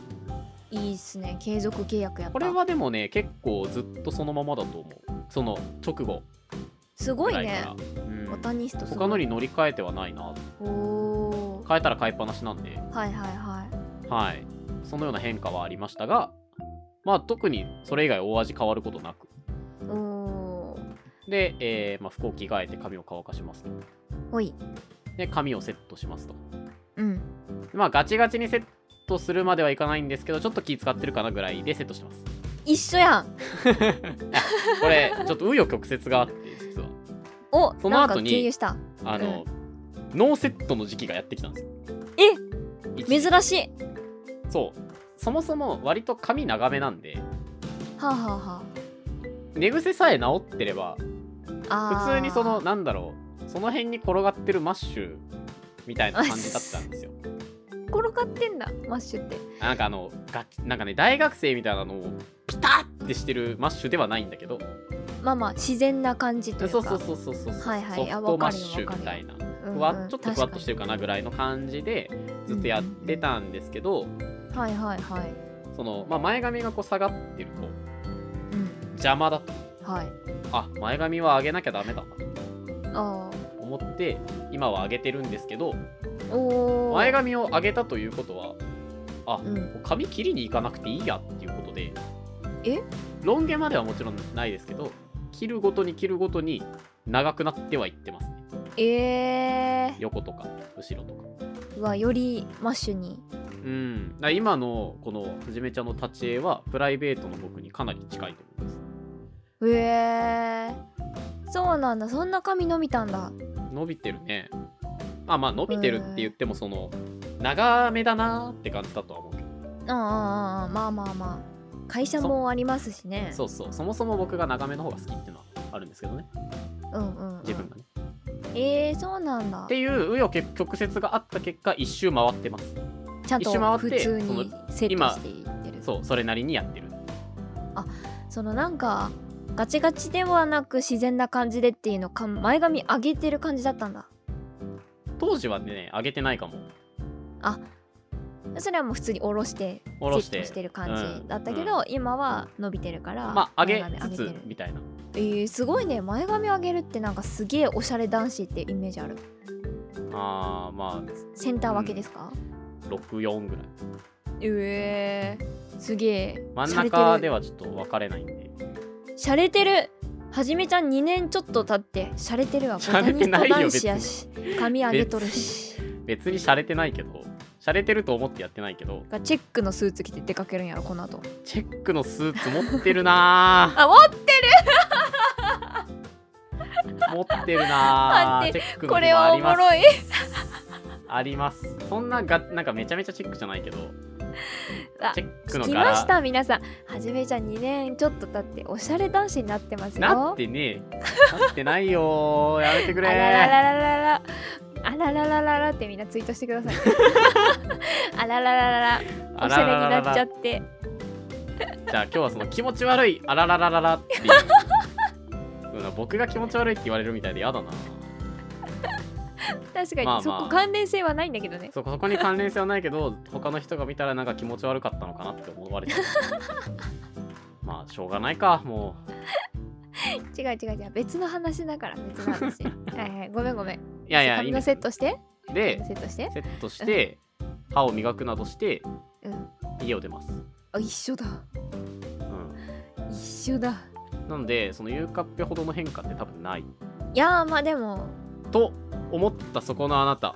B: いいっすね継続契約やった
A: これはでもね結構ずっとそのままだと思うその直後
B: すご
A: ぐ
B: い
A: らいか
B: ね
A: ら、うん
B: ボタニストすご
A: 他
B: い
A: のに乗り換えてはないな
B: おおー
A: 変えたら変えっぱなしなんで
B: はいはいはい
A: はいそのような変化はありましたがまあ特にそれ以外大味変わることなく
B: おおー
A: で、えーまあ、服を着替えて髪を乾かしますと
B: ほい
A: で髪をセットしますと
B: うん
A: まあガチガチにセットするまではいかないんですけどちょっと気使ってるかなぐらいでセットしてます
B: 一緒やん
A: これちょっと紆余曲折があって実は
B: お
A: その後に
B: なんか経由した
A: あの、ノーセットの時期がやってきたんですよ
B: え
A: 一時
B: 珍しい
A: そうそもそも割と髪長めなんで
B: はあはあは
A: 寝癖さえ治ってれば
B: ああー
A: 普通にそのなんだろうその辺に転がってるマッシュみたいな感じだったん
B: *laughs*
A: ですよ
B: 転がってんだマッシュって
A: なんかあのガチなんかね大学生みたいなのをピタッてしてるマッシュではないんだけど
B: まあまあ自然な感じと
A: そ
B: いううか
A: そうそうそうそうそう
B: はいはい
A: ソ
B: あ
A: フトマ
B: わか
A: ッ
B: るよ
A: シュみたいな
B: うんうん
A: ふわちょっとふわっとして
B: 確
A: るかなぐらいの感じでずっとやってたんですけど
B: かにはいはいはい
A: その、まあ、前髪がこう下がってると
B: うん
A: 邪魔だと
B: はい
A: あ前髪は上げなきゃダメだな
B: あ
A: 思って今は上げてるんですけど
B: あおお
A: 前髪を上げたということはあ、
B: うん
A: 髪切りに行かなくていいやっていうことで
B: え
A: ロン毛まではもちろんないですけど切るごとに切るごとに長くなってはいってますね
B: え
A: 横とか後ろとか
B: ー、うわよりマッシュに
A: うんだから今のこのはじめちゃんの立ち絵はプライベートの僕にかなり近いと思います
B: へえー、そうなんだそんな髪伸びたんだ
A: 伸びてるねあまあ伸びてるって言ってもその長めだなーって感じだとは思うけど
B: うんうんうんうんまあまあまあ会社もありますしね
A: そうそうそもそも僕が長めの方が好きっていうのはあるんですけどね
B: うんうん、うん、
A: 自分がね、
B: えー、そうなんだ
A: っていう紆余曲折があった結果一周回ってます
B: ちゃんと
A: 一周回っ
B: 普
A: て
B: 通
A: その
B: にセット
A: 今
B: していってるそ
A: そうそれなりにやってる
B: のなんかガチガチではなく自然な感じでっていうのか前髪上げてる感じだったんだ
A: 当時はね上げてないかも
B: それはもう普通に下ろして
A: 下ろして
B: セットしてる感じだったけど、今は伸びてるから
A: まあ上げ
B: 前
A: つ
B: 髪
A: つ
B: てる
A: みたいな
B: えー、すごいね前髪上げるってなんかすげえおしゃれ男子ってイメージある
A: あーまあ
B: センター分けですか、
A: 64ぐらいう
B: えー、すげえ
A: 真ん中で
B: は
A: はちょっと分かれないんで
B: 洒落てるはじめちゃん2年ちょっと経って洒落てるわボ
A: 洒
B: タ
A: 落
B: ニ
A: て
B: ス
A: な
B: ト
A: いよ
B: 男子やし髪上げとるし
A: 別に洒落てないけど洒落てると思ってやってないけど
B: がチェックのスーツ着て出かけるんやろこの後
A: チェックのスーツ持ってる
B: *laughs*
A: な
B: あ持っ
A: ぁ持ってるなぁ
B: 待
A: チェック
B: て
A: の
B: こ
A: 日
B: れ
A: も
B: は
A: あ
B: お
A: り
B: も
A: ます
B: ろい
A: ありますそんながなんかめちゃめちゃチェックじゃないけど
B: あ
A: チェック
B: 聞
A: の
B: き
A: 柄
B: ました皆さんはじめちゃん2年ちょっと経っておしゃれ男子になってますよ
A: なってねえなってないよーやめてくれ
B: あららららららあらららららってみんなツイートしてく
A: *laughs*
B: ださいあらららららおしゃれになっちゃって
A: じゃあ今日はその気持ち悪いあらららららっていうそうだ僕が気持ち悪いって言われるみたいでやだな
B: 確かに、
A: まあまあ
B: そこ関連性はないんだけどね
A: そこそこに関連性はないけど他の人が見たらなんか気持ち悪かったのかなって思われちゃうまあしょうがないかも
B: 違う違う違う別の話だから別
A: *laughs*
B: の話はいはいごめんごめんいう
A: いやいやいいんで
B: 髪の
A: す
B: セットして
A: で
B: セットして
A: セットして歯を磨くなどして
B: うん
A: 家を出ます、
B: あ一緒だ
A: う
B: 一緒だ
A: ん、なのでそのゆうかっぺほどの変化って多分ない
B: いやーまあでも
A: と思ったそこのあなた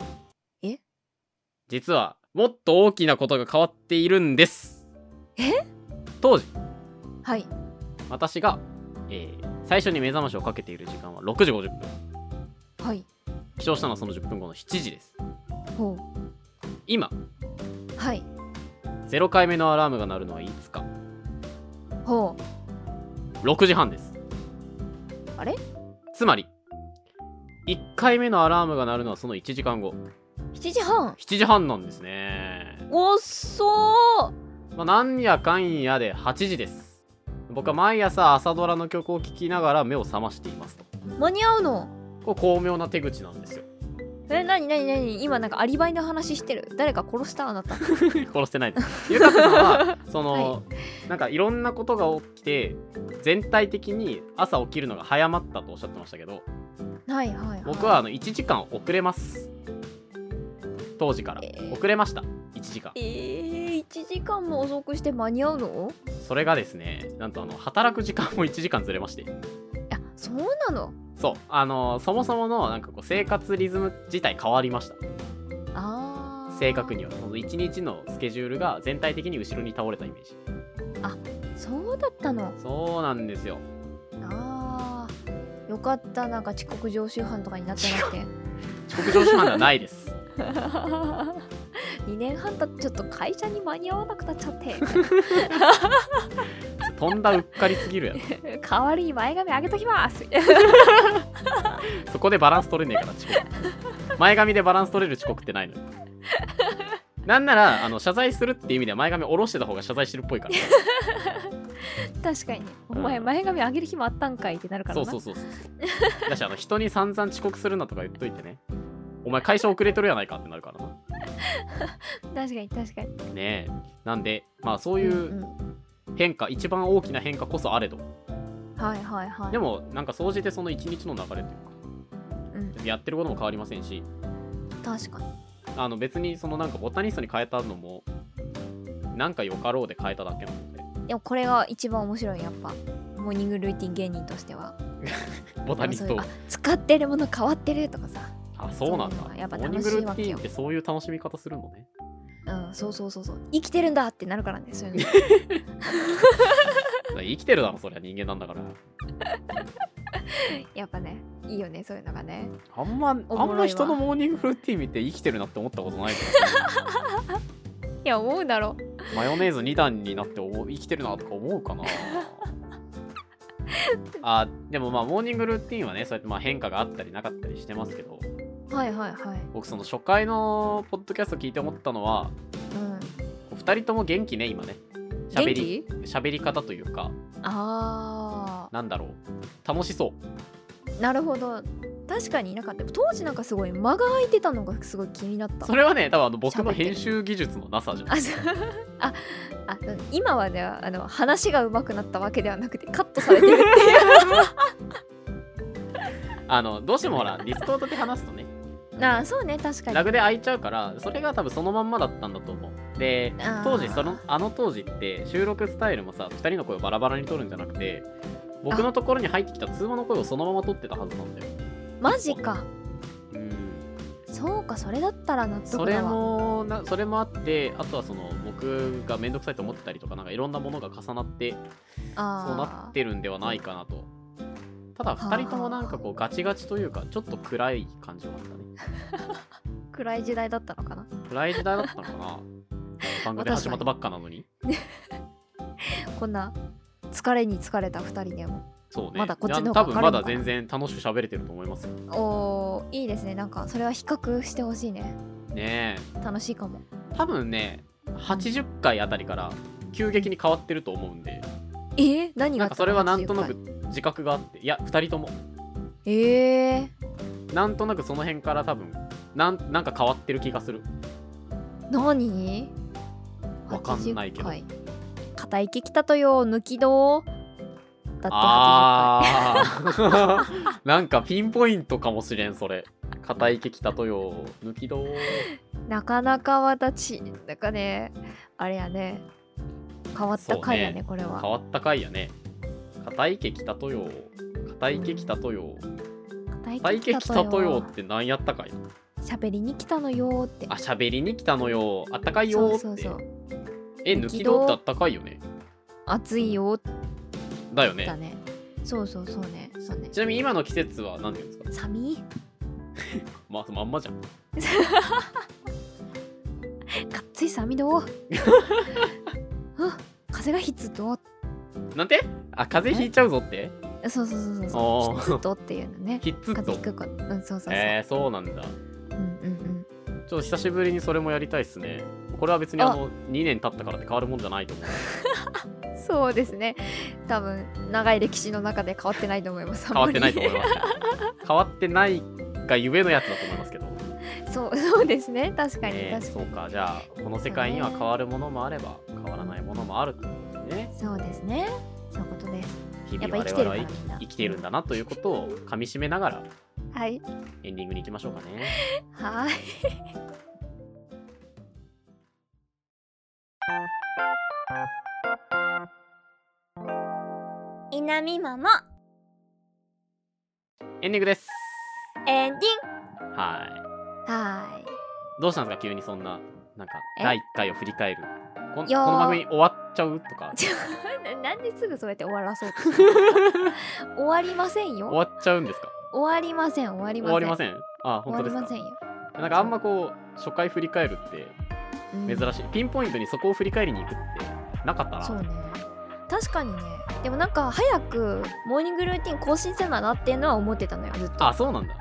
B: え
A: 実はもっと大きなことが変わっているんです
B: え
A: 当時
B: はい
A: 私が、えー最初に目覚ましをかけている時間は6時50分
B: はい
A: 起床したのはその10分後の7時です
B: ほ
A: 今
B: うはい
A: 0回目のアラームが鳴るのはいつか
B: ほ
A: 6時半です
B: あれ
A: つまり1回目のアラームが鳴るのはその1時間後
B: う7時半
A: 7時半なんですね
B: おっそ
A: まあ、なんやかんやで8時です僕は毎朝朝ドラの曲を聴きながら目を覚ましていますと
B: ー間に合うの
A: これ巧妙な手口なんですよ
B: えなになになに今なんかアリバイの話してる誰か殺した
A: *laughs*
B: あなた
A: 殺してない
B: *laughs*
A: ですゆかさんはその、
B: は
A: なんかいろんなことが起きて全体的に朝起きるのが早まったとおっしゃってましたけど
B: はいはい、はい、
A: 僕はあの1時間遅れます当時から
B: えー
A: 遅れました1時間
B: えー、1時間も遅くして間に合うの
A: それがですねなんとあの働く時間も1時間ずれまして
B: いやそうなの
A: そうあのそもそものなんかこう生活リズム自体変わりました
B: あー
A: 正確にはその1日のスケジュールが全体的に後ろに倒れたイメージ
B: そうだったの
A: そうなんですよ
B: あーよかったなんか遅刻常習犯とかになってなくて
A: 遅刻常習犯ではないです
B: *laughs* 2年半たってちょっと会社に間に合わなくなっちゃって
A: とんだうっかりすぎるやろ
B: 代わりに前髪上げときます *laughs*
A: そこでバランス取れねえから遅刻前髪でバランス取れる遅刻ってないのよなんならあの謝罪するっていう意味では前髪下ろしてた方が謝罪してるっぽいから
B: 確かにお
A: うん
B: 前前髪上げる日もあったんかいってなるから
A: そ
B: な
A: うそうそうそうそうだしあの人に散々遅刻するなとか言っといてねお前会社遅れとるやないかってなるからな
B: 確かに確かに
A: ねえなんでまあそうい
B: ん
A: う
B: うん
A: 変化一番大きな変化こそあれど
B: はいはいはい
A: でもなんか総じてその一日の流れという
B: うん
A: かやってることも変わりませんし
B: 確かに
A: あの別にそのなんかボタニストに変えたのもなんかよかろうで変えただけなので
B: でもこれが一番面白いやっぱモーニングルーティン芸人としては
A: ボタニストを
B: あそういうあ使ってるもの変わってるとかさ
A: あそうなんだ
B: そういうのはやっぱ
A: モーニン
B: 楽
A: グ
B: し
A: ル
B: い
A: ー
B: わ
A: テ
B: け
A: ィ
B: よ
A: ンってそういう楽しみ方するのね
B: うんそうそうそうそう生きてるんだってなるからねそ
A: *laughs*
B: ういうの
A: だから生きてるだろそりゃ人間なんだから
B: やっぱねいいよねそういうのがね
A: あんまあん
B: おもろいわ
A: ま人のモーニングルーティン見て生きてるなって思ったことないから
B: いや思うだろ
A: *laughs* マヨネーズ2段になってお生きてるなとか思う
B: *laughs*
A: かなあでもまあモーニングルーティンはねそうやってまあ変化があったりなかったりしてますけど
B: はいはいはい
A: 僕その初回のポッドキャスト聞いて思ったのは
B: うん
A: お二人とも元気ね今ね喋
B: 元
A: り
B: 気
A: 喋り方というか
B: あ
A: なんだろう楽しそう
B: ーなるほど確かになんかでも当時なんかすごい間が空いてたのがすごい気になった
A: それはね多分あの僕
B: 喋
A: の
B: ってる
A: 編集技術のなさじゃん
B: あそう *laughs* ああ今はねあの話が上手くなったわけではなくてカットされてるっていう *laughs*
A: あのどうしてもほらディスコードで話すとね
B: あーそうね確かに
A: ラグで空いちゃうからそれが多分そのまんまだったんだと思うで
B: あー
A: 当時そのあの当時って収録スタイルもさ2人の声をバラバラに撮るんじゃなくて僕のところに入ってきた通話の声をそのまま取ってたはずなんだよ
B: マジか
A: うん
B: そうかそれだったら納
A: そ
B: 得
A: れ
B: だわ
A: もなそれもあってあとはその僕が面倒くさいと思ってたりとかなんかいろんなものが重なってそうな
B: あ
A: ってるんではないかなとただ2人ともなんかこうガチガチというかちょっと暗い感じはあったね
B: ー暗い時代だったのかな
A: 暗い時代だったのか
B: *laughs*
A: な番組始まったばっかなのに
B: こんな疲れに疲れた2人でも
A: そうね
B: まだこっちの方が
A: 多分
B: 明る
A: ま
B: いのかな
A: だ全然楽しく喋れてると思いますよ
B: おーいいですねなんかそれは比較してほしいね
A: ねえ
B: 楽しいかも
A: 多分ね80回あたりから急激に変わってると思うんで
B: えー、何が
A: なん
B: あっ
A: か
B: た
A: そ
B: の
A: れはなんとなく自覚があっていや2人とも
B: ええ
A: なんとなくその辺から多分なんなんか変わってる気がする
B: 何
A: わかんないけど
B: 80回固いききたとよ抜きどだって80回
A: ああなんかピンポイントかもしれんそれ硬い毛きたとよ抜きど
B: なかなか私なんかねあれやね変わった回やね
A: そう
B: これは
A: 変わった回やね硬い毛きたとよ硬い毛きたとよ硬い毛きたとよって何やったかいな
B: 喋りに来たのよーって
A: あ喋りに来たのよあったかいよーって
B: そうそうそう
A: え
B: 抜
A: 抜
B: き
A: き
B: 戸
A: 戸ってあったかいよね
B: 暑いよー
A: だよ
B: だ
A: ね
B: ねそうそうそうねそうね
A: ちなみに今の季節は何ていうんですか
B: 寒い
A: まあまんまじゃん
B: がっつい寒いどー *laughs* あ風がひつどー
A: なんてあ風邪ひいちゃうぞって
B: そうそうそうそうそ
A: お
B: う
A: ー
B: ひつどっていうのね
A: ひっつっ
B: 風
A: と
B: 邪ひくかうんそうそうそう、
A: えー、そうなんだ
B: うんうんうん
A: ちょっと久しぶりにそれもやりたいっすね。これは別にあの2年経ったからって変わるもんじゃ
B: *laughs*
A: ないと思う。
B: そうですね。多分長い歴史の中で変わってないと思います。
A: 変わってないと思い
B: い
A: ます。変わってないがゆえのやつだと思いますけど。
B: ます。 *laughs* そうそうですね。確かに、
A: えー
B: 確か
A: そうか、じゃあこの世界には変わるものもあれば変わらないものもあるってことでね。
B: に。そうですね。そういうことです。
A: 日
B: やっ
A: 々
B: ぱ生
A: 我
B: きて
A: 々
B: るか
A: は
B: ら
A: 生
B: み
A: き
B: んな。
A: 生きているんだなということをかみしめながら
B: はい
A: エンディングに行きましょうかね。
C: *laughs*
B: はい。
C: いなみママ
A: エンディングです。
C: エンディング
A: は。
B: はい
A: どうしたんですか急にそんな、なんか
B: え
A: 第1回を振り返る。こん
B: いやー
A: この番組終わっちゃうとか
B: い。ちょ。ななんですぐそうやって終わらそうとするんですか。終わりませんよ。
A: 終わっちゃうんですか
B: 終わりません。終わりま
A: 終
B: せん。
A: わりません。あ、本当です
B: 終わりま
A: か
B: せんよ。
A: なんかあんまこう初回振り返るって
B: うん
A: 珍しい、ピンポイントにそこを振り返りに行くってなかった
B: そう
A: な
B: ね。確かにね。でもなんか早くモーニングルーティン更新せななっていうのは思ってたのよ。ずっと。
A: あそうなんだ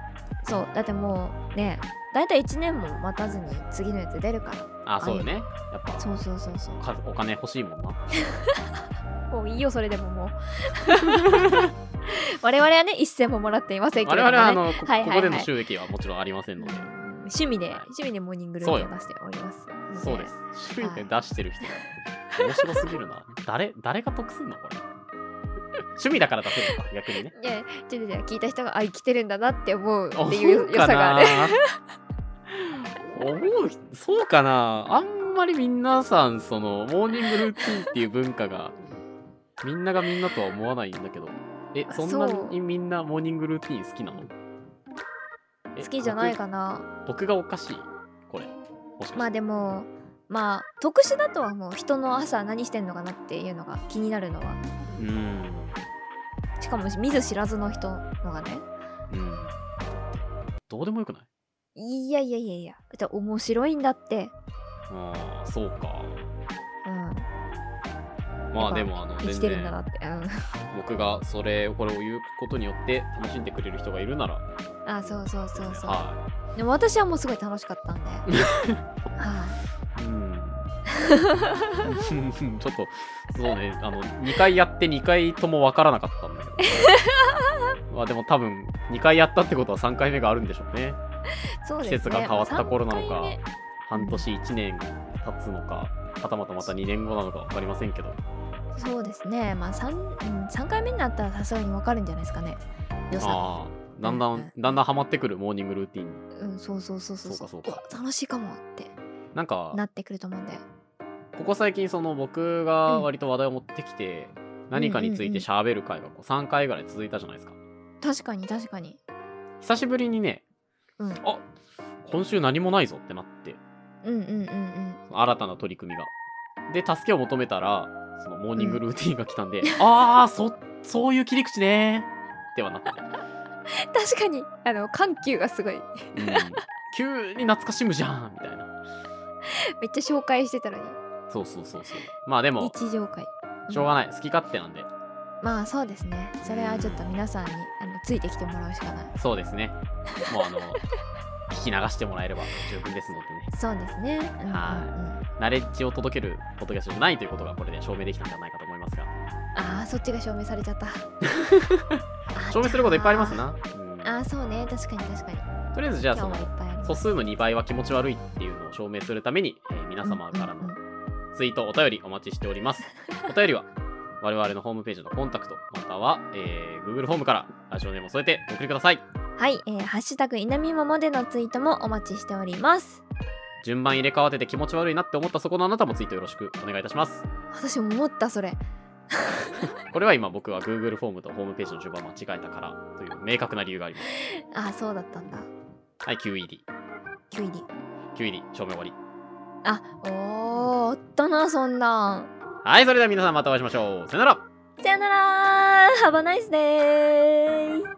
B: そうだってもうねだいたい1年も待たずに次のやつ出るから
A: あそうよねやっぱ
B: そうそうそうそう
A: 数お金欲しいもんな
B: もういいよそれでも
A: *laughs*
B: もう我々はね一銭ももらっていませんけ
A: 我
B: れども、
A: 々はあ
B: ね、
A: のこ
B: はいはい
A: ここでの収益はもちろんありませんので、
B: 趣味で
A: はい
B: 趣味でモーニングルーティンを出しておりますの
A: そうです収益で出してる人が面白すぎるな誰誰が得すんのこれ趣味だから出せるのか逆にね
B: いやちょっとじゃあ聞いた人があ生きてるんだなって思う
A: 思
B: っていう
A: う
B: 良さ
A: か
B: があ
A: な
B: る
A: 思う人そうかなあんまり皆さんそのモーニングルーティンっていう文化がみんながみんなとは思わないんだけどえそんな
B: そう
A: にみんなモーニングルーティン好きなのえ
B: 好きじゃないかな
A: 僕僕がおかしいこれもしかして
B: まあでもまあ特殊だとはもう人の朝何してんのかなっていうのが気になるのは
A: うん
B: しかも見ず知らずの人のがね
A: うんどうでもよくない
B: いやいやいやいやだって面白いんだって
A: ああそうか
B: うん
A: まあでもあの
B: 生き
A: 全
B: てるんだな
A: 然
B: って、う
A: 僕がそれをこれを言うことによって楽しんでくれる人がいるなら
B: ん、あそうそうそうそう、
A: はい
B: でも私はもうすごい楽し
A: *laughs*
B: かったんではい
A: うん *laughs* ちょっとそうねあの2回やって2回とも分からなかったんだけ
B: *laughs*
A: どまあでも多分2回やったってことは3回目があるんでしょうね
B: そうです
A: 季
B: ね
A: 節が変わった頃なの
B: 三
A: か、
B: 回目
A: 半年1年経つのかはたまたまた2年後なのか分かりませんけど
B: そうですねまあ 3,、うん、三回目になったらさすがにわかるんじゃないですかね良さ
A: ああだんだ
B: うん
A: んだんだんハマってくるモーニングルーティンに
B: うんそうそうそうそう
A: そうかそうか
B: わ楽しいかもって
A: なんか
B: なってくると思うんで
A: ここ最近その僕が割と話題を持ってきて、何かについて喋る会がこう3回ぐらい続いたじゃないですか
B: 確かに確かに
A: 久しぶりにね、
B: うん
A: あ今週何もないぞってなって
B: うんうんうんうん
A: 新たな取り組みがで助けを求めたらそのモーニングルーティンが来たんで、ああそそういう切り口ねーではなったね、
B: 確かにあの緩急がすごい
A: うん、急に懐かしむじゃんみたいな
B: めっちゃ紹介してたのに
A: そうそうそうそうまあでも
B: 日常会うん
A: しょうがない好き勝手なんで
B: まあそうですねそれはちょっと皆さんにあのついてきてもらうしかない
A: そうですねもうあの聞き流してもらえれば十分ですのでね
B: そうですねうんうんうん
A: はナレッジを届けるポッドキャストじゃないということがこれで証明できたんじゃないかと思いますが
B: ああそっちが証明されちゃった
A: *laughs* 証明することいっぱいありますな、うん
B: あーそうね確かに確かに
A: とりあえずじゃあそ
B: 今
A: の
B: 日はいっぱいあります
A: 素数の2倍は気持ち悪いっていうのを証明するために、えー皆様から
B: うんう
A: の
B: ん
A: ツイートお便りお待ちしておりますお便りは我々のホームページのコンタクトまたは、えー Google フォームからラジオネームを添えてお送りください
B: うんはい、えー、ハッシュタグいなみももでのツイートもお待ちしております
A: 順番入れ替わってて気持ち悪いなって思ったそこのあなたもツイートよろしくお願いいたします
B: 私も思ったそれ
A: これは今僕は Google フォームとホームページの順番間違えたからという明確な理由があります
B: あーそうだったんだ
A: はい QED
B: 急に
A: QED 証明終わり
B: あおーおったなそんなん
A: はいそれでは皆さんまたお会いしましょうさよなら
B: さよならハバナイスデー